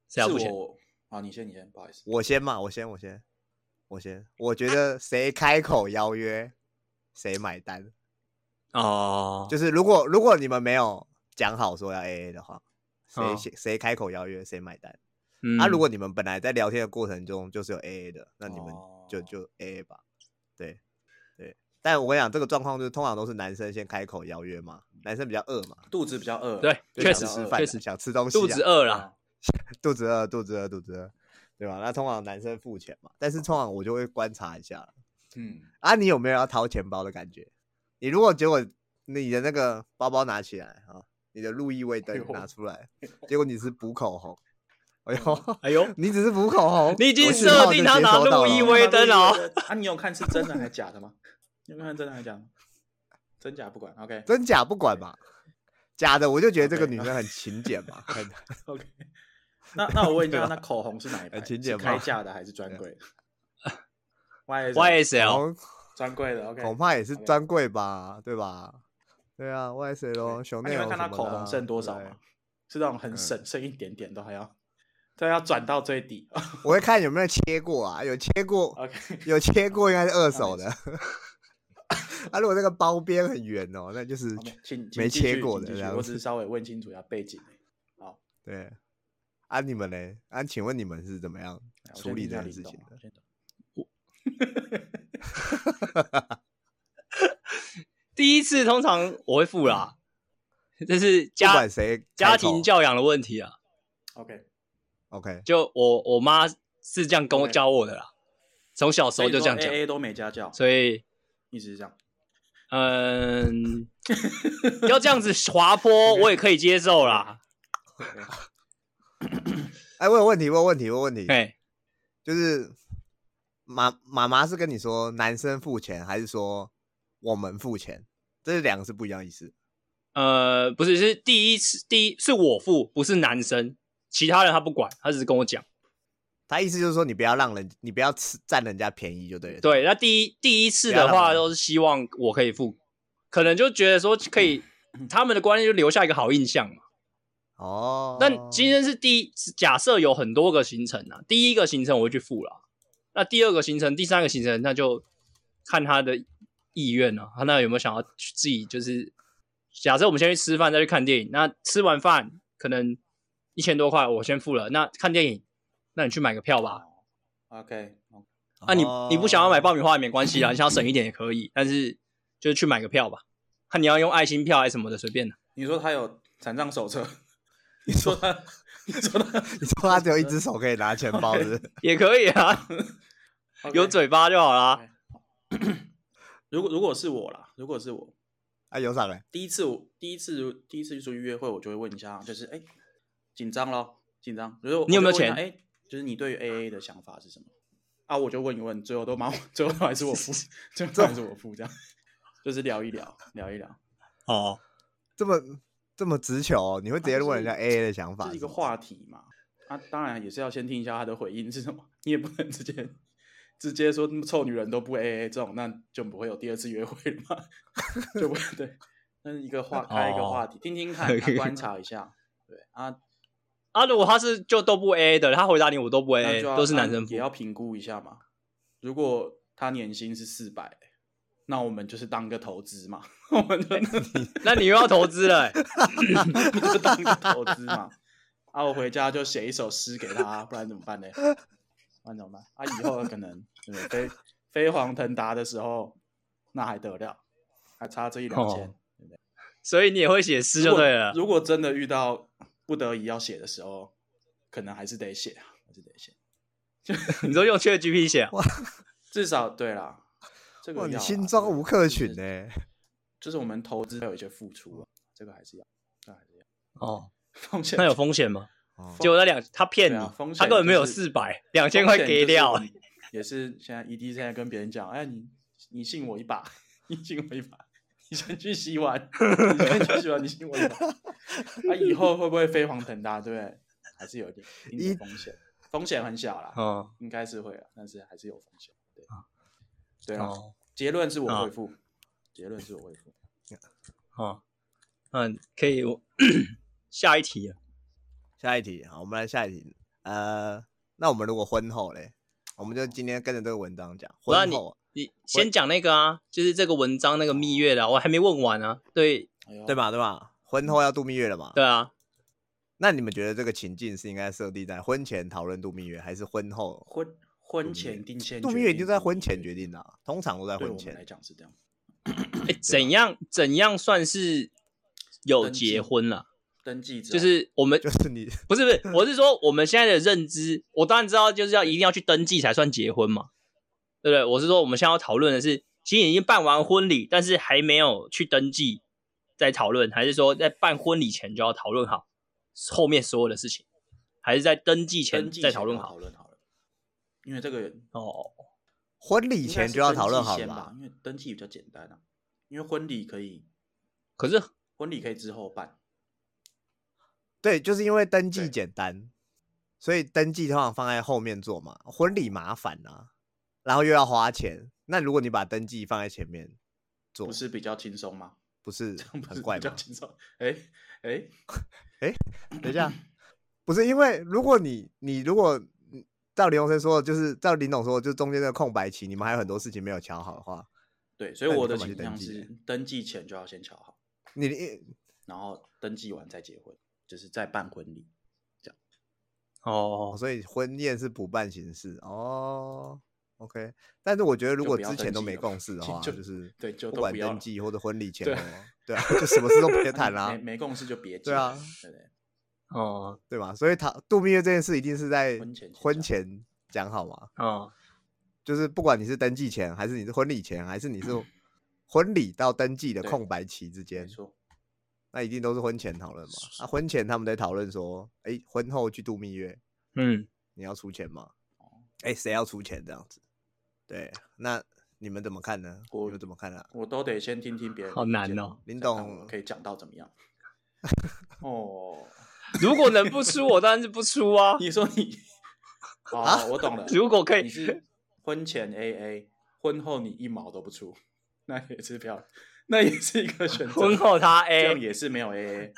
谁要付是钱？我啊，你先，你先，不好意思，我先嘛，我先，我先，我先。我觉得谁开口邀约，谁买单。哦，就是如果如果你们没有讲好说要 A A 的话，谁哦先谁开口邀约谁买单。嗯啊，如果你们本来在聊天的过程中就是有 A A 的，那你们就哦就 A A 吧。对对，但我跟你讲，这个状况就是通常都是男生先开口邀约嘛，男生比较饿嘛，肚子比较饿，对就确想实吃是饭确啊，实想吃东西啊，肚子饿对了，啊，肚子饿，肚子饿，肚子饿，对吧？那通常男生付钱嘛，但是通常我就会观察一下，嗯，啊，你有没有要掏钱包的感觉？你如果结果你的那个包包拿起来啊，你的路易威哎登呦拿出来，结果你是补口红，哎呦，哎呦，你只是补口红，你已经我讯号设定就他接拿收到路易了威微灯哦啊，你有看是真的还是假的吗？你有没有看真的还是假的吗？真假不管，OK 真假不管嘛，假的我就觉得这个 OK，女生很勤俭嘛，很 OK。那那我问一下，对吧那口红是哪很一排？勤是俭开嘛价的还是专 柜的？Y 然 YSL 后专柜的 OK。恐怕也是 OK 专柜吧，对吧？对啊，YSL 咯熊那内你容们看什么它口的嗯红啊剩多少对吗？是那种很省，剩一点点都还要，都要转到最底。 我会看有没有切过啊，有切过， OK，有切过应该是二手没的。啊，如果那个包边很圆哦，那就是好没请请没继切续过请的这继续样我只子是稍微问清楚一下背景。 对。啊，你们呢？啊，请问你们是怎么样来我先处理听这一下件林事董情啊的？先等第一次通常我会付啦，这是嗯不家管谁家开口庭教养的问题啊。 OK， ，OK，就我我妈是这样跟我 OK 教我的啦，从小时候就这样讲， ，A A 都没家教，所以一直是这样。嗯，要这样子滑坡我也可以接受啦。哎，我有问题，我有问题，我有问题，哎，就是妈妈妈是跟你说男生付钱，还是说我们付钱？这是两个是不一样的意思。呃，不是，是第一次，第一是我付，不是男生，其他人他不管，他只是跟我讲。他意思就是说，你不要让人，你不要吃占人家便宜就对了。对，那第一第一次不要的让话我都是希望我可以付，可能就觉得说可以，他们的观念就留下一个好印象嘛。哦，但今天是第一，假设有很多个行程啊，第一个行程我会去付啦，那第二个行程、第三个行程，那就看他的意愿了、啊，他那有没有想要去自己就是，假设我们先去吃饭，再去看电影，那吃完饭可能一千多块我先付了，那看电影，那你去买个票吧。哦 OK，好啊你，哦你不想要买报爆米花也没关系啦，你想要省一点也可以，但是就是去买个票吧，看你要用爱心票还是什么的，随便的。你说他有残障手册， 你说他，你说 他你哦说他只有一哦只手可以拿钱包是不是？ 也可以啊， 有。 OK，嘴巴就好啦。 OK 如果如果是我啦，如果是我，啊，有啥嘞？第一次我第一次第一次出去约会，我就会问一下，就是哎，紧张咯，紧张。比如说我你有没有就问一下钱哎，就是你对于 AA 的想法是什么？啊，我就问一问，最后都忙，最后都还是我 付，最后都还是我付，这样 就是聊一聊，聊一聊，哦，这么这么直球、你会直接问人家啊就 A A 的想法这是一是个吗话题嘛。啊，当然也是要先听一下他的回应是什么，你也不能直接直接说臭女人都不 A A 这种，那就不会有第二次约会了嘛？ 就不会对，那是一个话开一哦个话题，听听看，啊观察一下，对啊，啊，如果他是就都不 A A 的，他回答你我都不 A 那 A，就要哎都是男那生付也。要评估一下嘛。如果他年薪是四百，那我们就是当个投资嘛， 我们 就那你又要投资了欸、就当个投资嘛。啊，我回家就写一首诗给 他，啊不然怎么办呢？不然怎么办？啊，以后可能对不对飞飞黄腾达的时候，那还得了？还差这一两千。哦所以你也会写诗就对了。如果。如果真的遇到不得已要写的时候，可能还是得写啊，还是得写。你说用 Chat GPT 写啊、至少对啦，这个哇，你要啊心中无克群呢、，这个就是就是我们投资要有一些付出啊，这个还是要，这个还是要哦，风险。那有风险吗？哦结果那两他骗你，对啊风险他根本没有就是四百， 两千块给掉风。险就是我们也是现在 ED 现在跟别人讲，哎，你你信我一把，你信我一把，你先去洗碗，你先去洗碗，你信我一把。啊，以后会不会飞黄腾达？对不对，还是有一点一定的风险，风险很小啦，哦应该是会了，但是还是有风险。对，对啊，哦结论是啊我回复，结论是我回复。哦，嗯，可以，我 下一题了。下一题，好，我们来下一题。呃，那我们如果婚后嘞，我们就今天跟着这个文章讲我让婚后，啊你先讲那个啊，就是这个文章那个蜜月的啊，我还没问完啊。对哎呦，对吧？对吧？婚后要度蜜月了嘛？对。啊，那你们觉得这个情境是应该设定在婚前讨论度蜜月，还是婚后？婚婚前定先度决蜜月已定经在度婚蜜前月决定了啊，通常都在对我婚们来前。讲是这样。啊哎，怎样怎样算是有登记结婚了？登记之就后是我们就是你 不是不 是，我是说我们现在的认知，我当然知道就是要一定要去登记才算结婚嘛，对不对？我是说我们现在要讨论的是，其实已经办完婚礼，但是还没有去登记，在讨论，还是说在办婚礼前就要讨论好后面所有的事情，还是在登记前登记再前讨论要好讨？论好了，因为这个哦，婚礼以前就要讨论好了先吧吧？，因为登记比较简单啊，因为婚礼可以可是婚礼可以之后办，对，就是因为登记对简单，所以登记通常放在后面做嘛。婚礼麻烦啊，然后又要花钱。那如果你把登记放在前面做，不是比较轻松吗？不是 不是很怪比吗较？轻松？哎哎，等一下， 不是因为如果你你如果嗯照林鸿生说的，就是照林董说的，就中间的空白期，你们还有很多事情没有瞧好的话， 对，所以那你我的干嘛去倾向登记是登记前就要先瞧好，你你然后登记完再结婚，就是再办婚礼。哦，哦，所以婚宴是补办形式哦。OK，但是我觉得如就果不要之前登都记没了共识的话，就就是对就不都管不要登了记或者婚礼前对哦啊，对啊， 就什么事都别那谈啦、没没共识就别啊结对啊了对不对？哦，对吧？所以他度蜜月这件事一定是在婚前先婚讲前讲好嘛，哦，就是不管你是登记前，还是你是婚礼前，还是 你是婚礼到登记的对空白期之间没，错，那一定都是婚前讨论嘛。啊，婚前他们在讨论说，哎、婚后去度蜜月，嗯，你要出钱吗？哦哎、谁要出钱这样子？对，那你们怎么看呢？我你们怎么看啊？ 我都得先听听别人的好意见。难哦林再看董我可以讲到怎么样？哦，如果能不出，我当然是不出啊。 你说你啊，我懂了。如果可以你是婚前 AA，婚后你一毛都不出，那也是票，那也是一个选择。婚后他这样 A，也是没有 AA，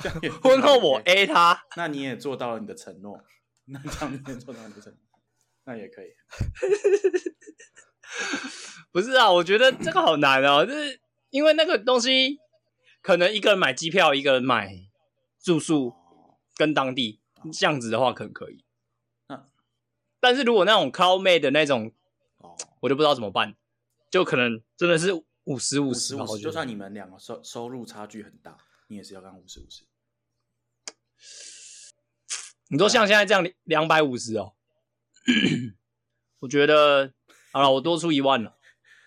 这样也是没有婚后我 AA A 他，那你也做到了你的承诺，那这样你也做到你的承诺，那也可以。不是啊，我觉得这个好难哦，就是因为那个东西，可能一个人买机票，一个人买住宿哦，跟当地这样子的话，可能可以。那但是如果那种 call mate 的那种，哦，我就不知道怎么办，就可能真的是五十五五十十吧，五我十，觉就得算你们两个收收入差距很大，你也是要干五十五十。你说像现在这样两百五十 哦，我觉得好了，我多出一万了。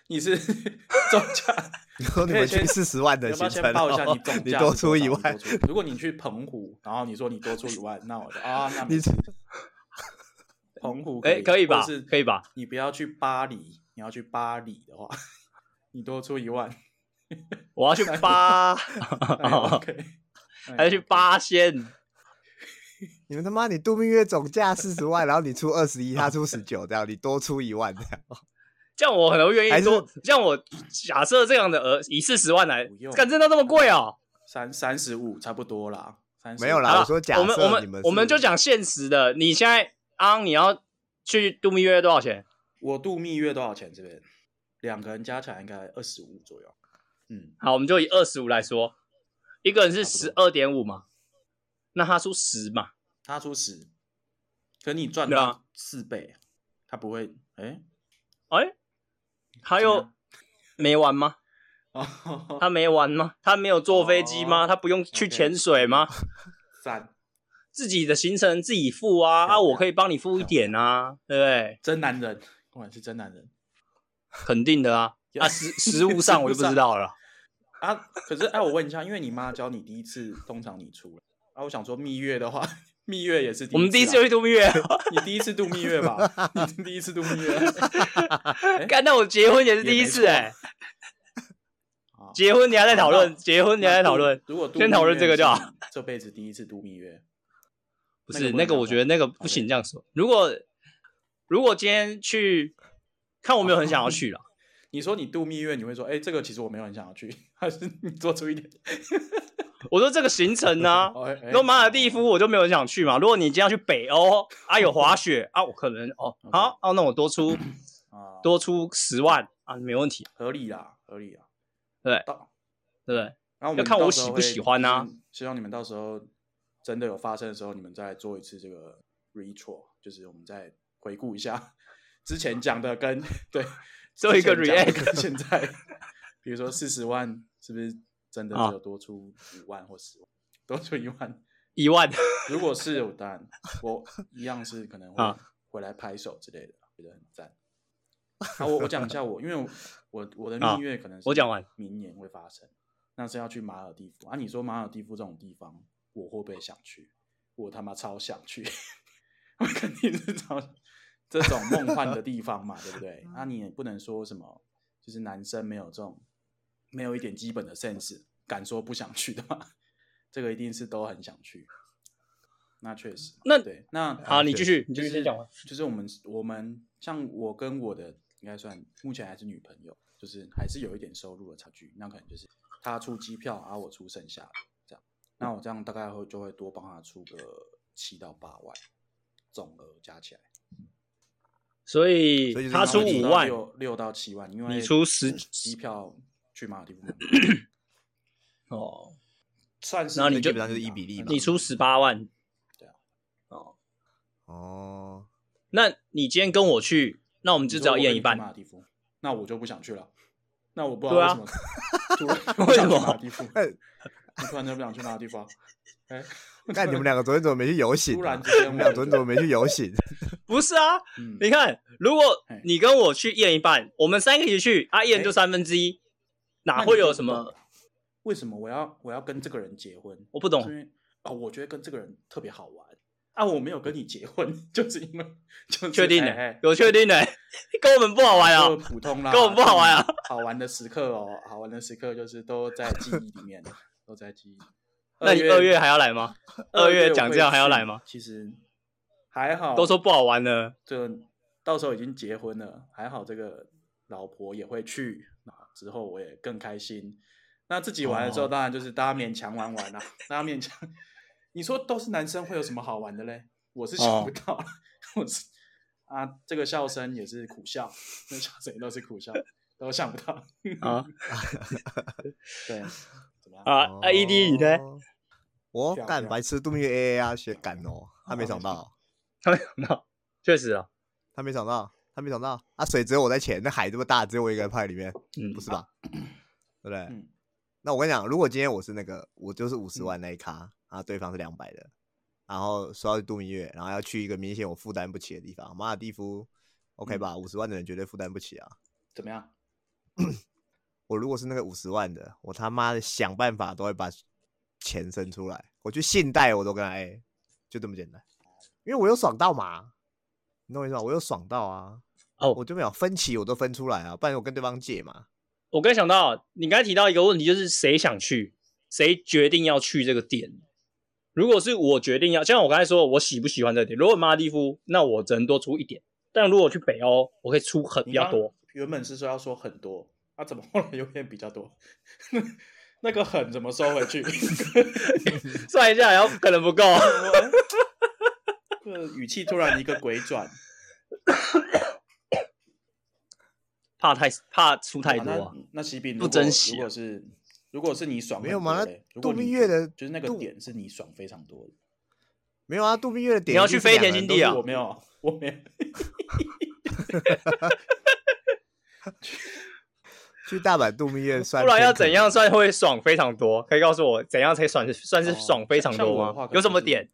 你是 中价。你说你可以们去先四十万的你要不行程要先报一下哦 你总你价多是出多一少万，你多出如果你去澎湖，然后你说你多出一万，那我就啊，那 你没事这澎湖哎，可以吧？可以吧？吧？你不要去巴黎，你要去巴黎的话， 你多出一 万，我要去巴， 哦那也 OK，那也还要去 OK，八仙，你们他妈，你度蜜月总价四十万，然后你出二十一，他出十九，这样你多出一万这样。这样我很容易愿还意是多。这样我假设这样的额一次十万来不用，干真的这么贵哦？三三十五差不多啦，三没有啦好我了说假我们设我你们们是我们就讲现实的。你现在啊，你要去度蜜月多少钱？我度蜜月多少钱？这边两个人加起来应该二十五左右。嗯，好，我们就以二十五来说，一个人是差十不二点五嘛，那他出十嘛，他出十，可你赚对啊到四倍，他不会哎，哎，他怎么又样没玩吗？哦， 他没玩吗？他没有坐飞机吗？哦他不用去 OK 潜水吗？三自己的行程自己付啊，漂啊，我亮可以帮你付一点啊，对不对？真男人， 果然是真男人肯定的啊，啊，食食物上我就不知道了啦。啊。可是哎，我问一下，因为你妈教你第一次，通常你出了啊，我想说蜜月的话，蜜月也是我们第一次就啊去度蜜月啊， 你第一次度蜜月吧？你第一次度蜜月 哎干，那我结婚也是也第一没次错哎，啊结婚你还在讨论，那结婚你还在讨论，如果度先蜜讨论月这个就好是这辈子第一次度蜜月，不那个是不那能个，讲我觉得话那个不行这样说。如果如果今天去看，我没有很想要去了，你说你度蜜月，你会说，哎、这个其实我没有很想要去，还是你做出一点？ 。我说这个行程呢哦哎哎如果马尔蒂夫我就没有很想去嘛。如果你今天要去北欧啊，有滑雪啊，我可能哦，好哦，那我多出啊，多出十万啊，没问题，合理啦，合理啦。对到对不对？然后我要们看我到时候喜不会喜欢啊就是希望你们到时候真的有发生的时候，你们再做一次这个 retro，就是我们再回顾一下 之前讲的跟对做一个之前讲的 react 跟现在，比如说四十万是不是真的只啊有多出五万或十万，多出一万？一万 如果是有当然我一样是可能会啊回来拍手之类的，觉得很赞。好，我我讲一下我，因为我我我的啊蜜月可能是我讲完，明年会发生，那是要去马尔蒂夫啊。你说马尔蒂夫这种地方，我会不会想去？我他妈超想去，我肯定 是超这种梦幻的地方嘛，对不嗯对？那你也不能说什么，就是男生没有这种没有一点基本的 sense，敢说不想去的嘛？ 这个一定是都很想去。那确实嘛，那对，那好，你继续，你继就续是先讲完。就是我们我们像我跟我的应该算目前还是女朋友，就是还是有一点收入的差距，那可能就是她出机票，而、我出剩下的这样。那我这样大概会就会多帮她出个七到八万，总额加起来。所以所以就是他出马尔蒂五夫万，六六到七万，因为你出十机票去马 尔地夫哦，算是然后你这就基本上就是一比例嘛你出十八万，对啊，哦，哦，那你今天跟我去，那我们你就说只要我验跟一你去马半，尔地夫，那我就不想去了。那我不知对道为啊什么，突然为不什想去么马尔地夫，哎 我突然就不想去马尔地夫啊。 哎，那你们两个昨天怎么没去游行突啊？然之间你我们觉得，俩昨天怎么没去游行？不是啊？嗯你看，如果嘿哎你跟我去验一半，我们三个一起去，啊，验就三分之一，那哪你会就有不什懂么？了为什么我要我要跟这个人结婚？我不是因懂，为哦，我觉得跟这个人特别好玩啊！我没有跟你结婚， 就是因为就是确定哎的哎，有确定的， 跟我们不好玩就啊？普通啦，跟我不好玩啊。好玩的时刻哦，好玩的时刻就是都在记忆里面，都在记忆。 那你二月还要来吗？二月讲这样还要来吗？我会去其实还好，都说不好玩了，这到时候已经结婚了，还好这个老婆也会去，啊之后我也更开心。那自己玩的时候，哦当然就是大家勉强玩玩啦、大家勉强。你说都是男生会有什么好玩的嘞？我是想不哦到，我是啊，这个笑声也是苦笑，那笑声也都是苦笑，都想不到。啊对，怎么 样？啊啊！ED 你 呢？哦？我漂干亮白痴度蜜月 AA 啊，学干哦，他没想到，他们想到，确实啊，他没想到，他没想到啊！水只有我在前，那海这么大，只有我一个人泡在里面，嗯不，是吧？ 对不对？嗯那我跟你讲，如果今天我是那个，我就是五十万那一咖，啊，对方是两百的，然后说要去度蜜月，然后要去一个明显我负担不起的地方，马尔蒂夫，OK 吧？五十万的人绝对负担不起啊！怎么样？我如果是那个五十万的，我他妈的想办法都会把钱生出来，我去信贷我都跟他 A，就这么简单，因为我有爽到嘛，你懂我意思吗？我有爽到啊，哦我就没有分歧我都分出来啊，不然我跟对方借嘛，我刚才想到，你刚才提到一个问题，就是谁想去，谁决定要去这个点。如果是我决定要，就像我刚才说，我喜不喜欢这点。如果马尔蒂夫，那我只能多出一点；但如果去北欧，我可以出很比你较刚多。原本是说要说很多，那、怎么后来又变比较多？ 那个很怎么收回去？ 算一下，然后可能不够。这个语气突然一个鬼转，怕太怕出 太多、啊啊。那那喜饼不如果珍惜啊如果是如果是你爽没很多有嘛那嘞，如果度你蜜月的就是那个度点是你爽非常多的，没有啊，度蜜月的点你要一定是去飞两田个人心都地是啊我没有，我没有。去大阪度蜜 月算不然偏要可怎能样算会爽非常多？可以告诉我怎样才爽算是哦爽非常像多我的话吗？可能有什么就是点？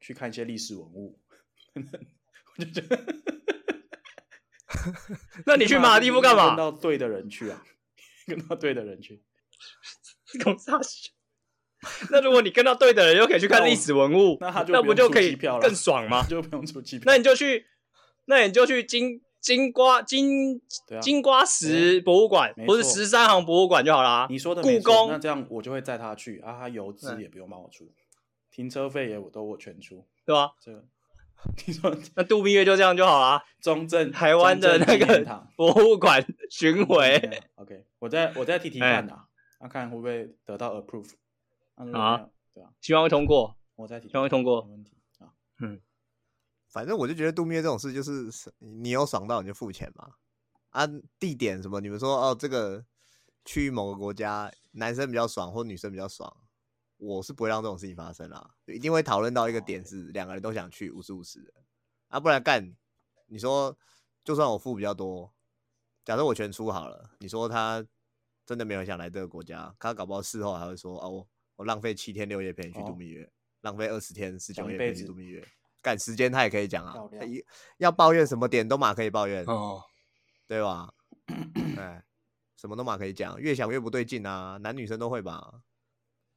去看一些历史文物，我就觉得那你去马尔蒂夫干问嘛？到对的人去啊， 跟到对的人去。 搞啥去？那如果你跟到对的人，又可以去看那我历史文物，那他就那不不用就出可机以票了更爽吗？就不用出机票那。你就去，那你就去金金瓜金对啊金瓜石博物馆没，或是错十三行博物馆就好啦。你说的没啊故错宫那这样我就会载他去啊，他油资也不用帮我出，停车费也我都我全出。对吧？这 个你说那度蜜月就这样就好啦。中 正台湾的中正那纪念个堂博物馆巡回， OK，我再我再提提哎看啊，那看会不会得到 approve。啊如果没好啊有，对啊，希望会通过。我再提提希望会看，通过没问题啊。反正我就觉得度蜜月这种事，就是是你有爽到你就付钱嘛。啊，地点什么，你们说哦，这个去某个国家，男生比较爽或女生比较爽，我是不会让这种事情发生啦。一定会讨论到一个哦点是两个人都想去，五十五十的。啊，不然干，你说就算我付比较多，假设我全出好了，你说他真的没有想来这个国家，他搞不好事后还会说哦，我我浪费七天六夜陪你去度哦蜜月，浪费二十天十九讲一夜辈陪你子度蜜月。赶时间他也可以讲啊漂，亮他一要抱怨什么点都嘛可以抱嗯怨，哦，对 吧？哎，什么都嘛可以讲，越想越不对劲啊，男女生都会吧？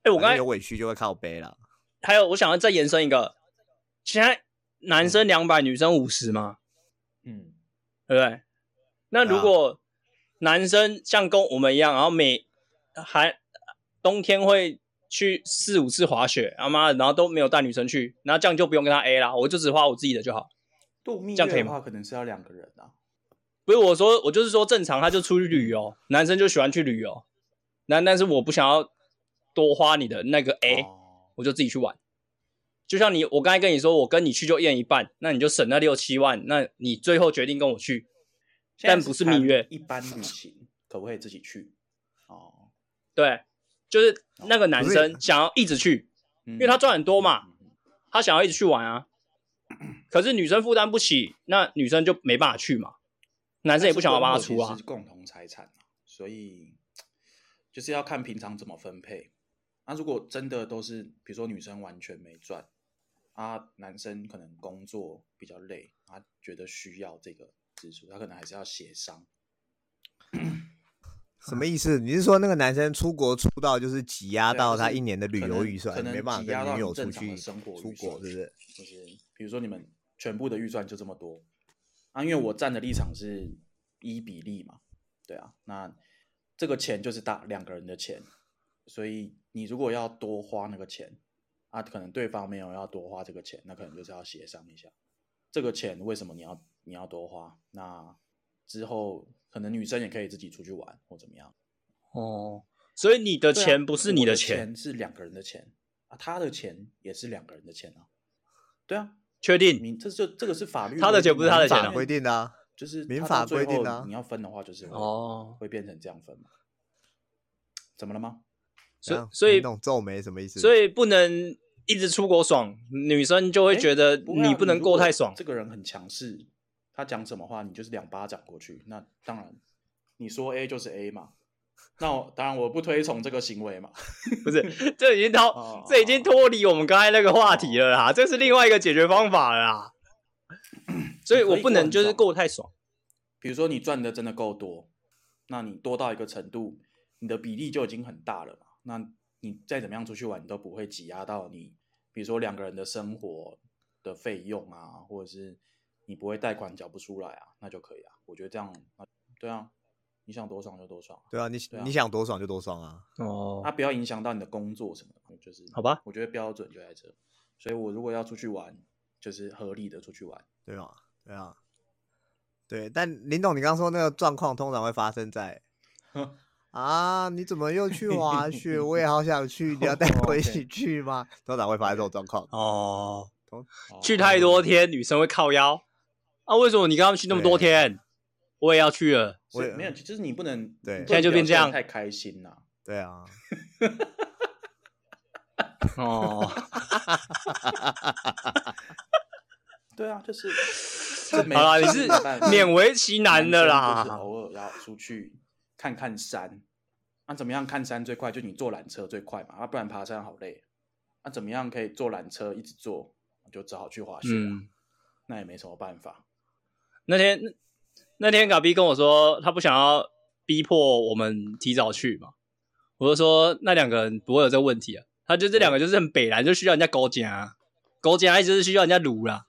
哎，我反刚正才有委屈就会靠背啦。嗯还有，我想要再延伸一个，现在男生两百，女生五十嘛，嗯，对不对？那对啊如果男生像跟我们一样，然后每还冬天会去四五次滑雪，啊妈的，然后都没有带女生去，然后这样就不用跟他 A 啦，我就只花我自己的就好。度蜜这月样可以的吗话，可能是要两个人啊。不是我说，我就是说正常，他就出去旅游，男生就喜欢去旅游，那但是我不想要多花你的那个 A，、哦我就自己去玩。就像你，我刚才跟你说，我跟你去就一人一半，那你就省那六七万，那你最后决定跟我去，现在但不是谈蜜月一般旅行可不可以自己去？哦，对，就是那个男不是生想要一直去，因因为他赚很多嘛，嗯嗯嗯他想要一直去玩啊。可是女生负担不起，那女生就没办法去嘛，男生也不想要帮他出但啊是。共同财产啊，所以就是要看平常怎么分配。那、如果真的都是，比如说女生完全没赚，啊，男生可能工作比较累，他觉得需要这个支出，他可能还是要协商。什么意思？你是说那个男生出国出到就是挤压对啊到就是他一年的旅可游能预算可，能没办法挤压跟到女友你出正常去的生活出预国，算是不是？就是比如说你们全部的预算就这么多啊，因为我站的立场是一比例嘛，对啊，那这个钱就是大两个人的钱，所以你如果要多花那个钱啊，可能对方没有要多花这个钱，那可能就是要协商一下，这个钱为什么你要你要多花？那之后可能女生也可以自己出去玩或怎么样。哦，所以你的对啊钱不是你我的钱，是两个人的钱啊，他的钱也是两个人的钱啊。对啊，确定？你这就这个是法律他的规定钱不是他的钱啊法规定的啊，就是民他法到最规定后的啊你要分的话就是会哦，会变成这样分嘛。怎么了吗？怎所啊样以所以啊你懂皱眉什么意思？所以不能一直出国爽，女生就会诶觉得不会啊你不能如果过太爽这。个人很强势，他讲什么话你就是两巴掌过去。那当然，你说 A 就是 A 嘛。那我当然我不推崇这个行为嘛。不是，这已经到、哦 这已经脱离我们刚才那个话题了啦，这是另外一个解决方法了 啦。所以我不能就是过太爽，哦比如说你赚的真的够多，那你多到一个程度，你的比例就已经很大了嘛。那你再怎么样出去玩，你都不会挤压到你，比如说两个人的生活的费用啊，或者是你不会贷款缴不出来啊，那就可以啊。我觉得这样，那对啊，你想多爽就多爽啊，对啊，你对啊你想多爽就多爽啊，哦它、，不要影响到你的工作什么的，就是好吧我觉得标准就在这，所以我如果要出去玩，就是合理的出去玩。对吧？对啊，对。但林董，你刚刚说那个状况通常会发生 在啊，你怎么又去滑雪？我也好想去，你要带哦我一起去吗？通常会发生这种状况。哦，哦去太多天，女生会靠腰啊？为什么你跟他们去那么多对天？我也要去 了，所以我也没有，就是你不能对你不现能在就变这样表现得太开心了。对啊，哦，对啊， 就是这没好啦，你这是没办法勉为其难的男生就是啦。偶尔要出去看看山，那、怎么样看山最快？就你坐缆车最快嘛，啊，不然爬山好累。那、怎么样可以坐缆车一直坐？就只好去滑雪、啊，嗯，那也没什么办法。那天那天嘎逼跟我说，他不想要逼迫我们提早去嘛，我就说那两个人不会有这个问题啊。他就这两个就是很北蓝，就需要人家勾结啊，勾结啊，就是需要人家撸啦。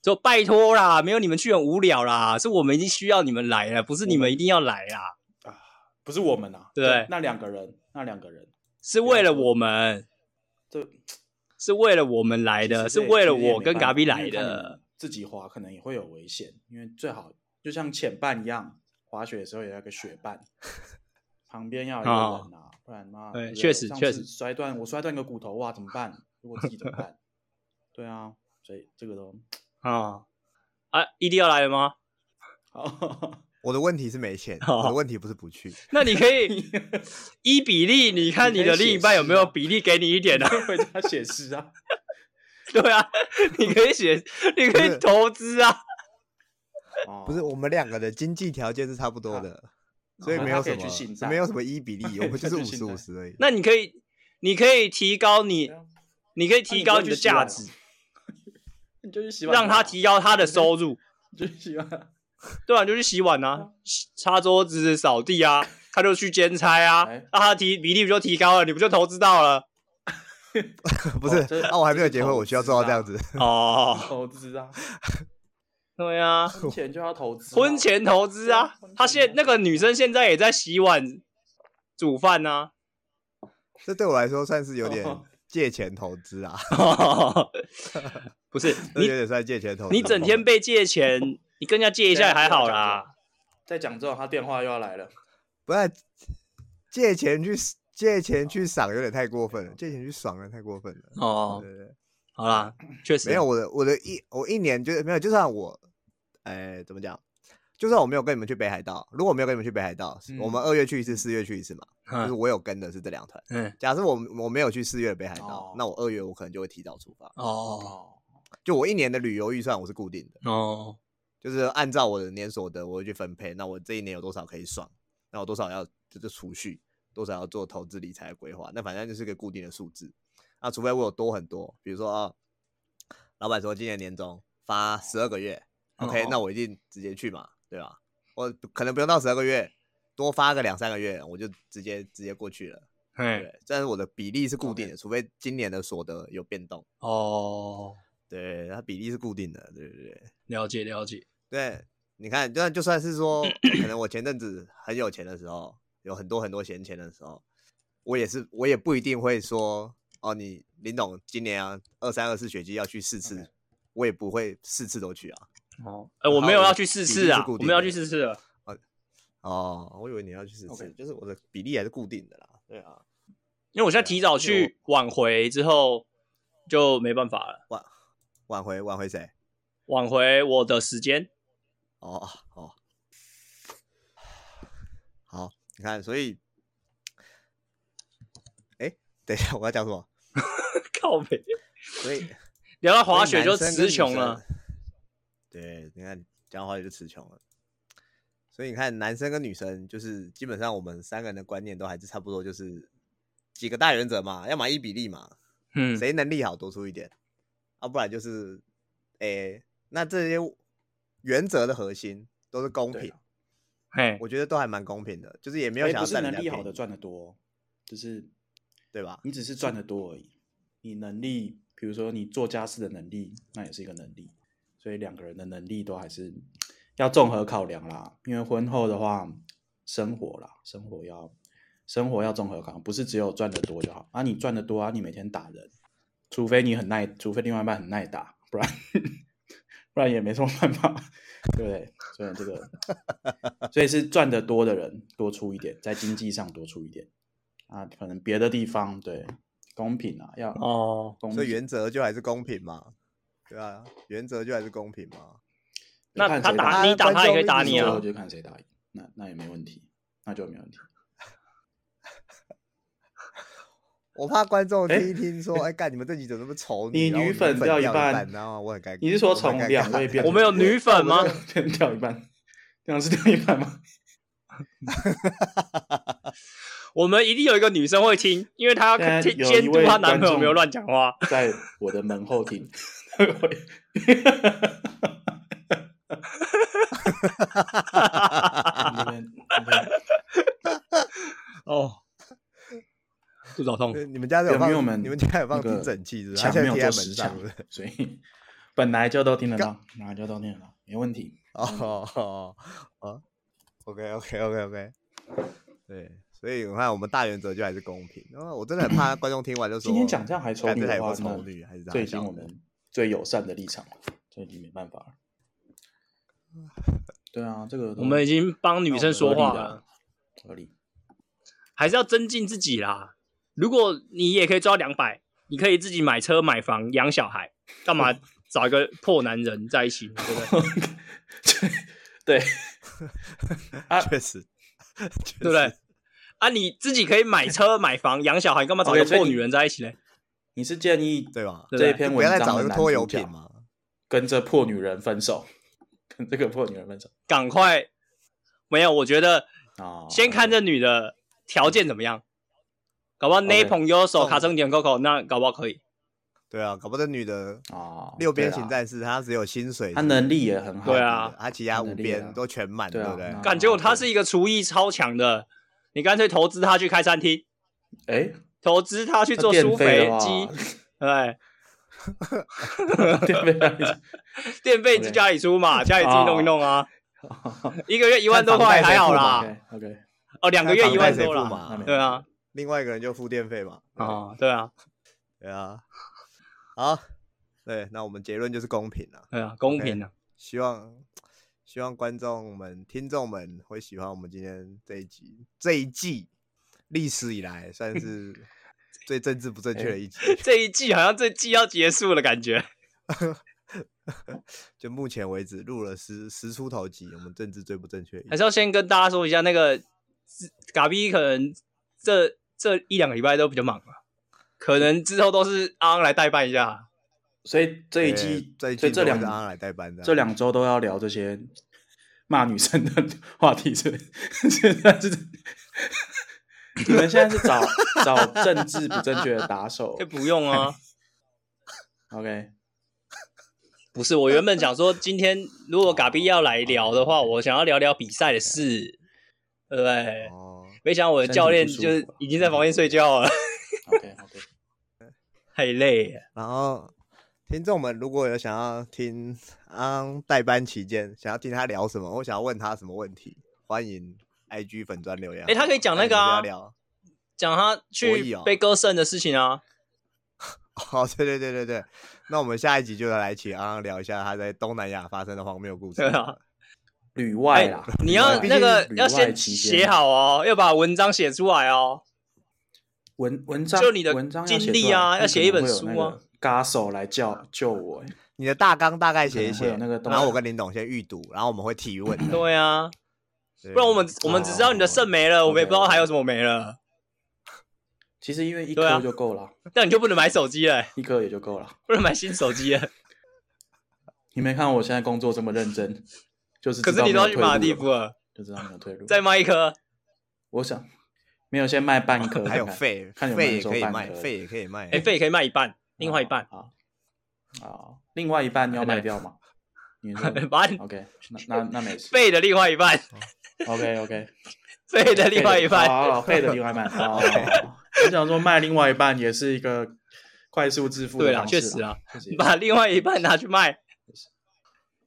就拜托啦，没有你们去很无聊啦，是我们已经需要你们来了，不是你们一定要来啦，不是我们啊，对就那两个人，那两个人，是为了我们。这是为了我们来其的，是实这也为了其实也我没跟办嘎法比因为来看你的们。自己滑可能也会有危险，因为最好就像浅伴一样，滑雪的时候也要有个雪伴，旁边要有一个哦人啊，不然嘛，对不确实上确实次摔断我摔断个骨头哇，怎么办？如果自己怎么办？对啊，所以这个都啊啊，一定要来了吗？好，我的问题是没 钱，哦我的问题不是不去。那你可以依比例，你看你的另一半有没有比例给你一点你呢、啊？ 就回家写 诗啊，对啊，你可以写，你可以投资啊。哦啊不是，我们两个的经济条件是差不多的，所以没有哦他可什以去信么贷没有什么一比他可例，以我们就是五去信十贷五十而已。那你可以，你可以提高你对，啊你可以提高你的价，那值，你不会 去洗碗你就去洗碗让他吧提，高他的收入。你就去洗碗。对啊，你就去洗碗嗯啊，洗擦桌子、扫地啊，他就去兼差啊哎，那他的提比例不就提高了？你不就投资到了？ 不是哦这啊，我还没有这是结婚，投我需要资做到这啊样子。 哦，投资啊，对啊，婚前就要投资啊，婚前投资啊对啊，他婚前现那个女生现在也在洗碗、煮饭啊呐、这对我来说算是 有点哦借钱投资啊，啊， 不是这有你点算借钱投资。你整天被借钱，你跟人家借一下也还好啦。啊在讲这种，他电话又要来了。不是借钱去借钱去赏，有点太过分了，借钱去爽有点太过分了。哦，对对对，好啦，确实没有我的我的一我一年就是没有，就算我哎怎么讲，就算我没有跟你们去北海道，如果没有跟你们去北海道，嗯我们二月去一次，四月去一次嘛，就是嗯我有跟的是这两团。嗯假设我我没有去四月的北海道哦，那我二月我可能就会提早出发。哦哦，就我一年的旅游预算我是固定的。哦就是按照我的年所得，我会去分配。那我这一年有多少可以爽？那我多少要就是储蓄，多少要做投资理财的规划？那反正就是个固定的数字。啊，除非我有多很多，比如说啊，老板说今年年终发十二个月、哦 o k 那我一定直接去嘛，对吧？我可能不用到十二个月，多发个两三个月，我就直接直接过去了。嘿对，但是我的比例是固定的，除非今年的所得有变动。哦，对，它比例是固定的，对对对。了解了解，对，你看，就算就算是说，可能我前阵子很有钱的时候，有很多很多闲钱的时候，我也是，我也不一定会说，哦，你林董今年啊，二三二四学期要去四次 OK 我也不会四次都去啊。哦，哎，我没有要去试试啊，比例是固我定没的有要去试试了，哦，我以为你要去四次 OK 就是我的比例还是固定的啦。对啊，因为我现在提早去晚回之后就没办法了，挽挽回挽回谁？晚回我的时间。 哦哦，好，你看，所以，哎，等一下，我要讲什么？靠北，所以。聊到滑所以雪就男生跟词女穷生了。。对，你看讲滑雪就词穷了。所以你看，男生跟女生就是基本上我们三个人的观念都还是差不多，就是几个大原则嘛，要么一比例嘛，嗯，谁能力好多出一点，啊，不然就是，诶、那这些原则的核心都是公对平啊，嘿，我觉得都还蛮公平的，就是也没有哎想要不是占人家能力便好的宜赚得多，就是对吧？你只是赚得多而已。你能力，比如说你做家事的能力，那也是一个能力。所以两个人的能力都还是要综合考量啦。因为婚后的话，生活啦，生活要生活要综合考量，不是只有赚得多就好。啊，你赚得多啊，你每天打人，除非你很耐，除非另外一半很耐打，不然 不然也没什么办法，对不对？所以这个，所以是赚得多的人多出一点，在经济上多出一点啊，可能别的地方对公平啊，要哦，公所以平。原则就还是公平嘛，对啊，原则就还是公平嘛。那看他谁打打你打观他也众可以打一直你说啊我，就看谁打赢，那那也没问题，那就没问题。我怕观众哎听一听说，哎，干你们这集怎么那么丑你女？然后女我粉掉一一半然后我很尴尬。你是说我很从尴两尬 位变？我们有女粉吗？ 掉一半，这样是掉一半吗？我们一定有一个女生会听，因为她现在要听有监一督位她男观朋友没有众乱讲话。 在我的门 后听，哦，肚子好痛对 你们家有对放？因为我们你们家有放那个听诊器是不是？它墙现没在贴有做在门实上墙是不是？，所以本来就都听得到，本来就都听得到，没问题。哦哦哦，OK OK OK OK，对，所以我看我们大原则就还是公平。然后我真的很怕观众听完就说，今天讲这样还丑干女这台的有话，个真的丑女还是这样最近讲我的们最友善的立场了，这已经没办法了。对啊，这个我们已经帮女生说话啊了，，合理。还是要增进自己啦。如果你也可以赚两百，你可以自己买车、买房、养小孩，干 嘛找一个破男人在 一起？对不对？对，啊确实，确实对不对？啊，你自己可以买车、买房、养小孩，干嘛找一个 OK，所以破你哦女人在一起嘞？你是建议对吧？对这一不对篇不要文再章找一的个男拖主油角瓶嘛。跟这破女人分手， 跟这个破女人分手赶快！没有，我觉得啊！ 先看这女的条件怎么样，搞不好那 OK，朋友手送卡成点 Coco，那搞不好可以。对啊，搞不好这女的啊，六边对啦形，战士，她只有薪水，她能力也很好，对啊她其他她五能力边啊都全满，对对啊不对？那感觉他是一个厨艺超强的，你干脆投资他去开餐厅，哎，投资他去那做电苏费肥的话鸡，对， 电费电费就 OK 家里出嘛，家里自己弄一弄啊，一个月一一万多块还好啦， ，OK，哦，两个看月房一万贷谁多付啦，嘛那没对啊，另外一个人就付电费嘛。对哦，对啊，对啊，好，对，那我们结论就是公平了。对啊，公平的，希望希望观众们、听众们会喜欢我们今天这一集这一季历史以来算 是最政治不正哎确的一集。这一季好像这季要结束了感觉，就目前为止录了十十出头集，我们政治最不正确的一集还是要先跟大家说一下那个嘎逼可能这这一两个礼拜都比较忙了，可能之后都是阿昂来代办一下，所以这一季，对所这以这两让来代班的啊，这两周都要聊这些骂女生的 话题，是不是现在是。你们现在是找找政治不正确的打手可以不用 啊。 ，OK？不是，我原本想说，今天如果嘎比要来聊的话，我想要聊聊比赛的事，对不对？哦，没想到我的教练就是已经在房间睡觉了， OK OK，太累了。然后听众们如果有想要听安代班期间想要听他聊什么，我想要问他什么问题，欢迎 IG 粉砖留言。诶他可以讲那个啊看你们要聊。讲他博去弈哦被割肾的事情啊，哦， 对对对对对，那我们下一集就来请安安聊一下他在东南亚发生的荒谬故事。对啊，旅外啦，哎你 要毕那个旅外要先期间写好哦，要把文章写出来哦。文文章，就你的文章要经写历出来啊那要可写能一本会有书那个啊嘎手来叫救我欸，你的大纲大概写一可能会写，有那个东然后我跟林董先预读，然后我们会提问的。对啊，对不然我们我们只知道你的肾没哦了，我们也不知道还有什么没了，其实因为一对啊颗就够了，那你就不能买手机了， 一颗也就够了。不能买新手机了。你没看我现在工作这么认真，就是可知是道你没都有要去退路马尔蒂了夫嘛，了，就知道没有退路。再卖一颗，我想没有先 卖半颗看看，还有肺， 看有没肺有人也说可以半卖，颗肺也可以卖。哎，肺也可以卖一半，另外一半。啊啊，另外一半要卖掉吗？你说 把你 OK，那那那没事肺的另外一半， ，OK OK，肺的另外一半，好好费的另外一半，好好好好我想说卖另外一半也是一个快速致富对的啦方确式实啦啊，确实也 是把另外一半拿去卖。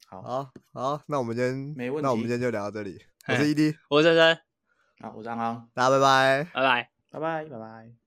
好，好好，那我们今天没问那我们题今天就聊到这里。我哎是 E ED，我是珊珊，好，我是安安，大家拜拜。拜拜。拜拜，拜拜。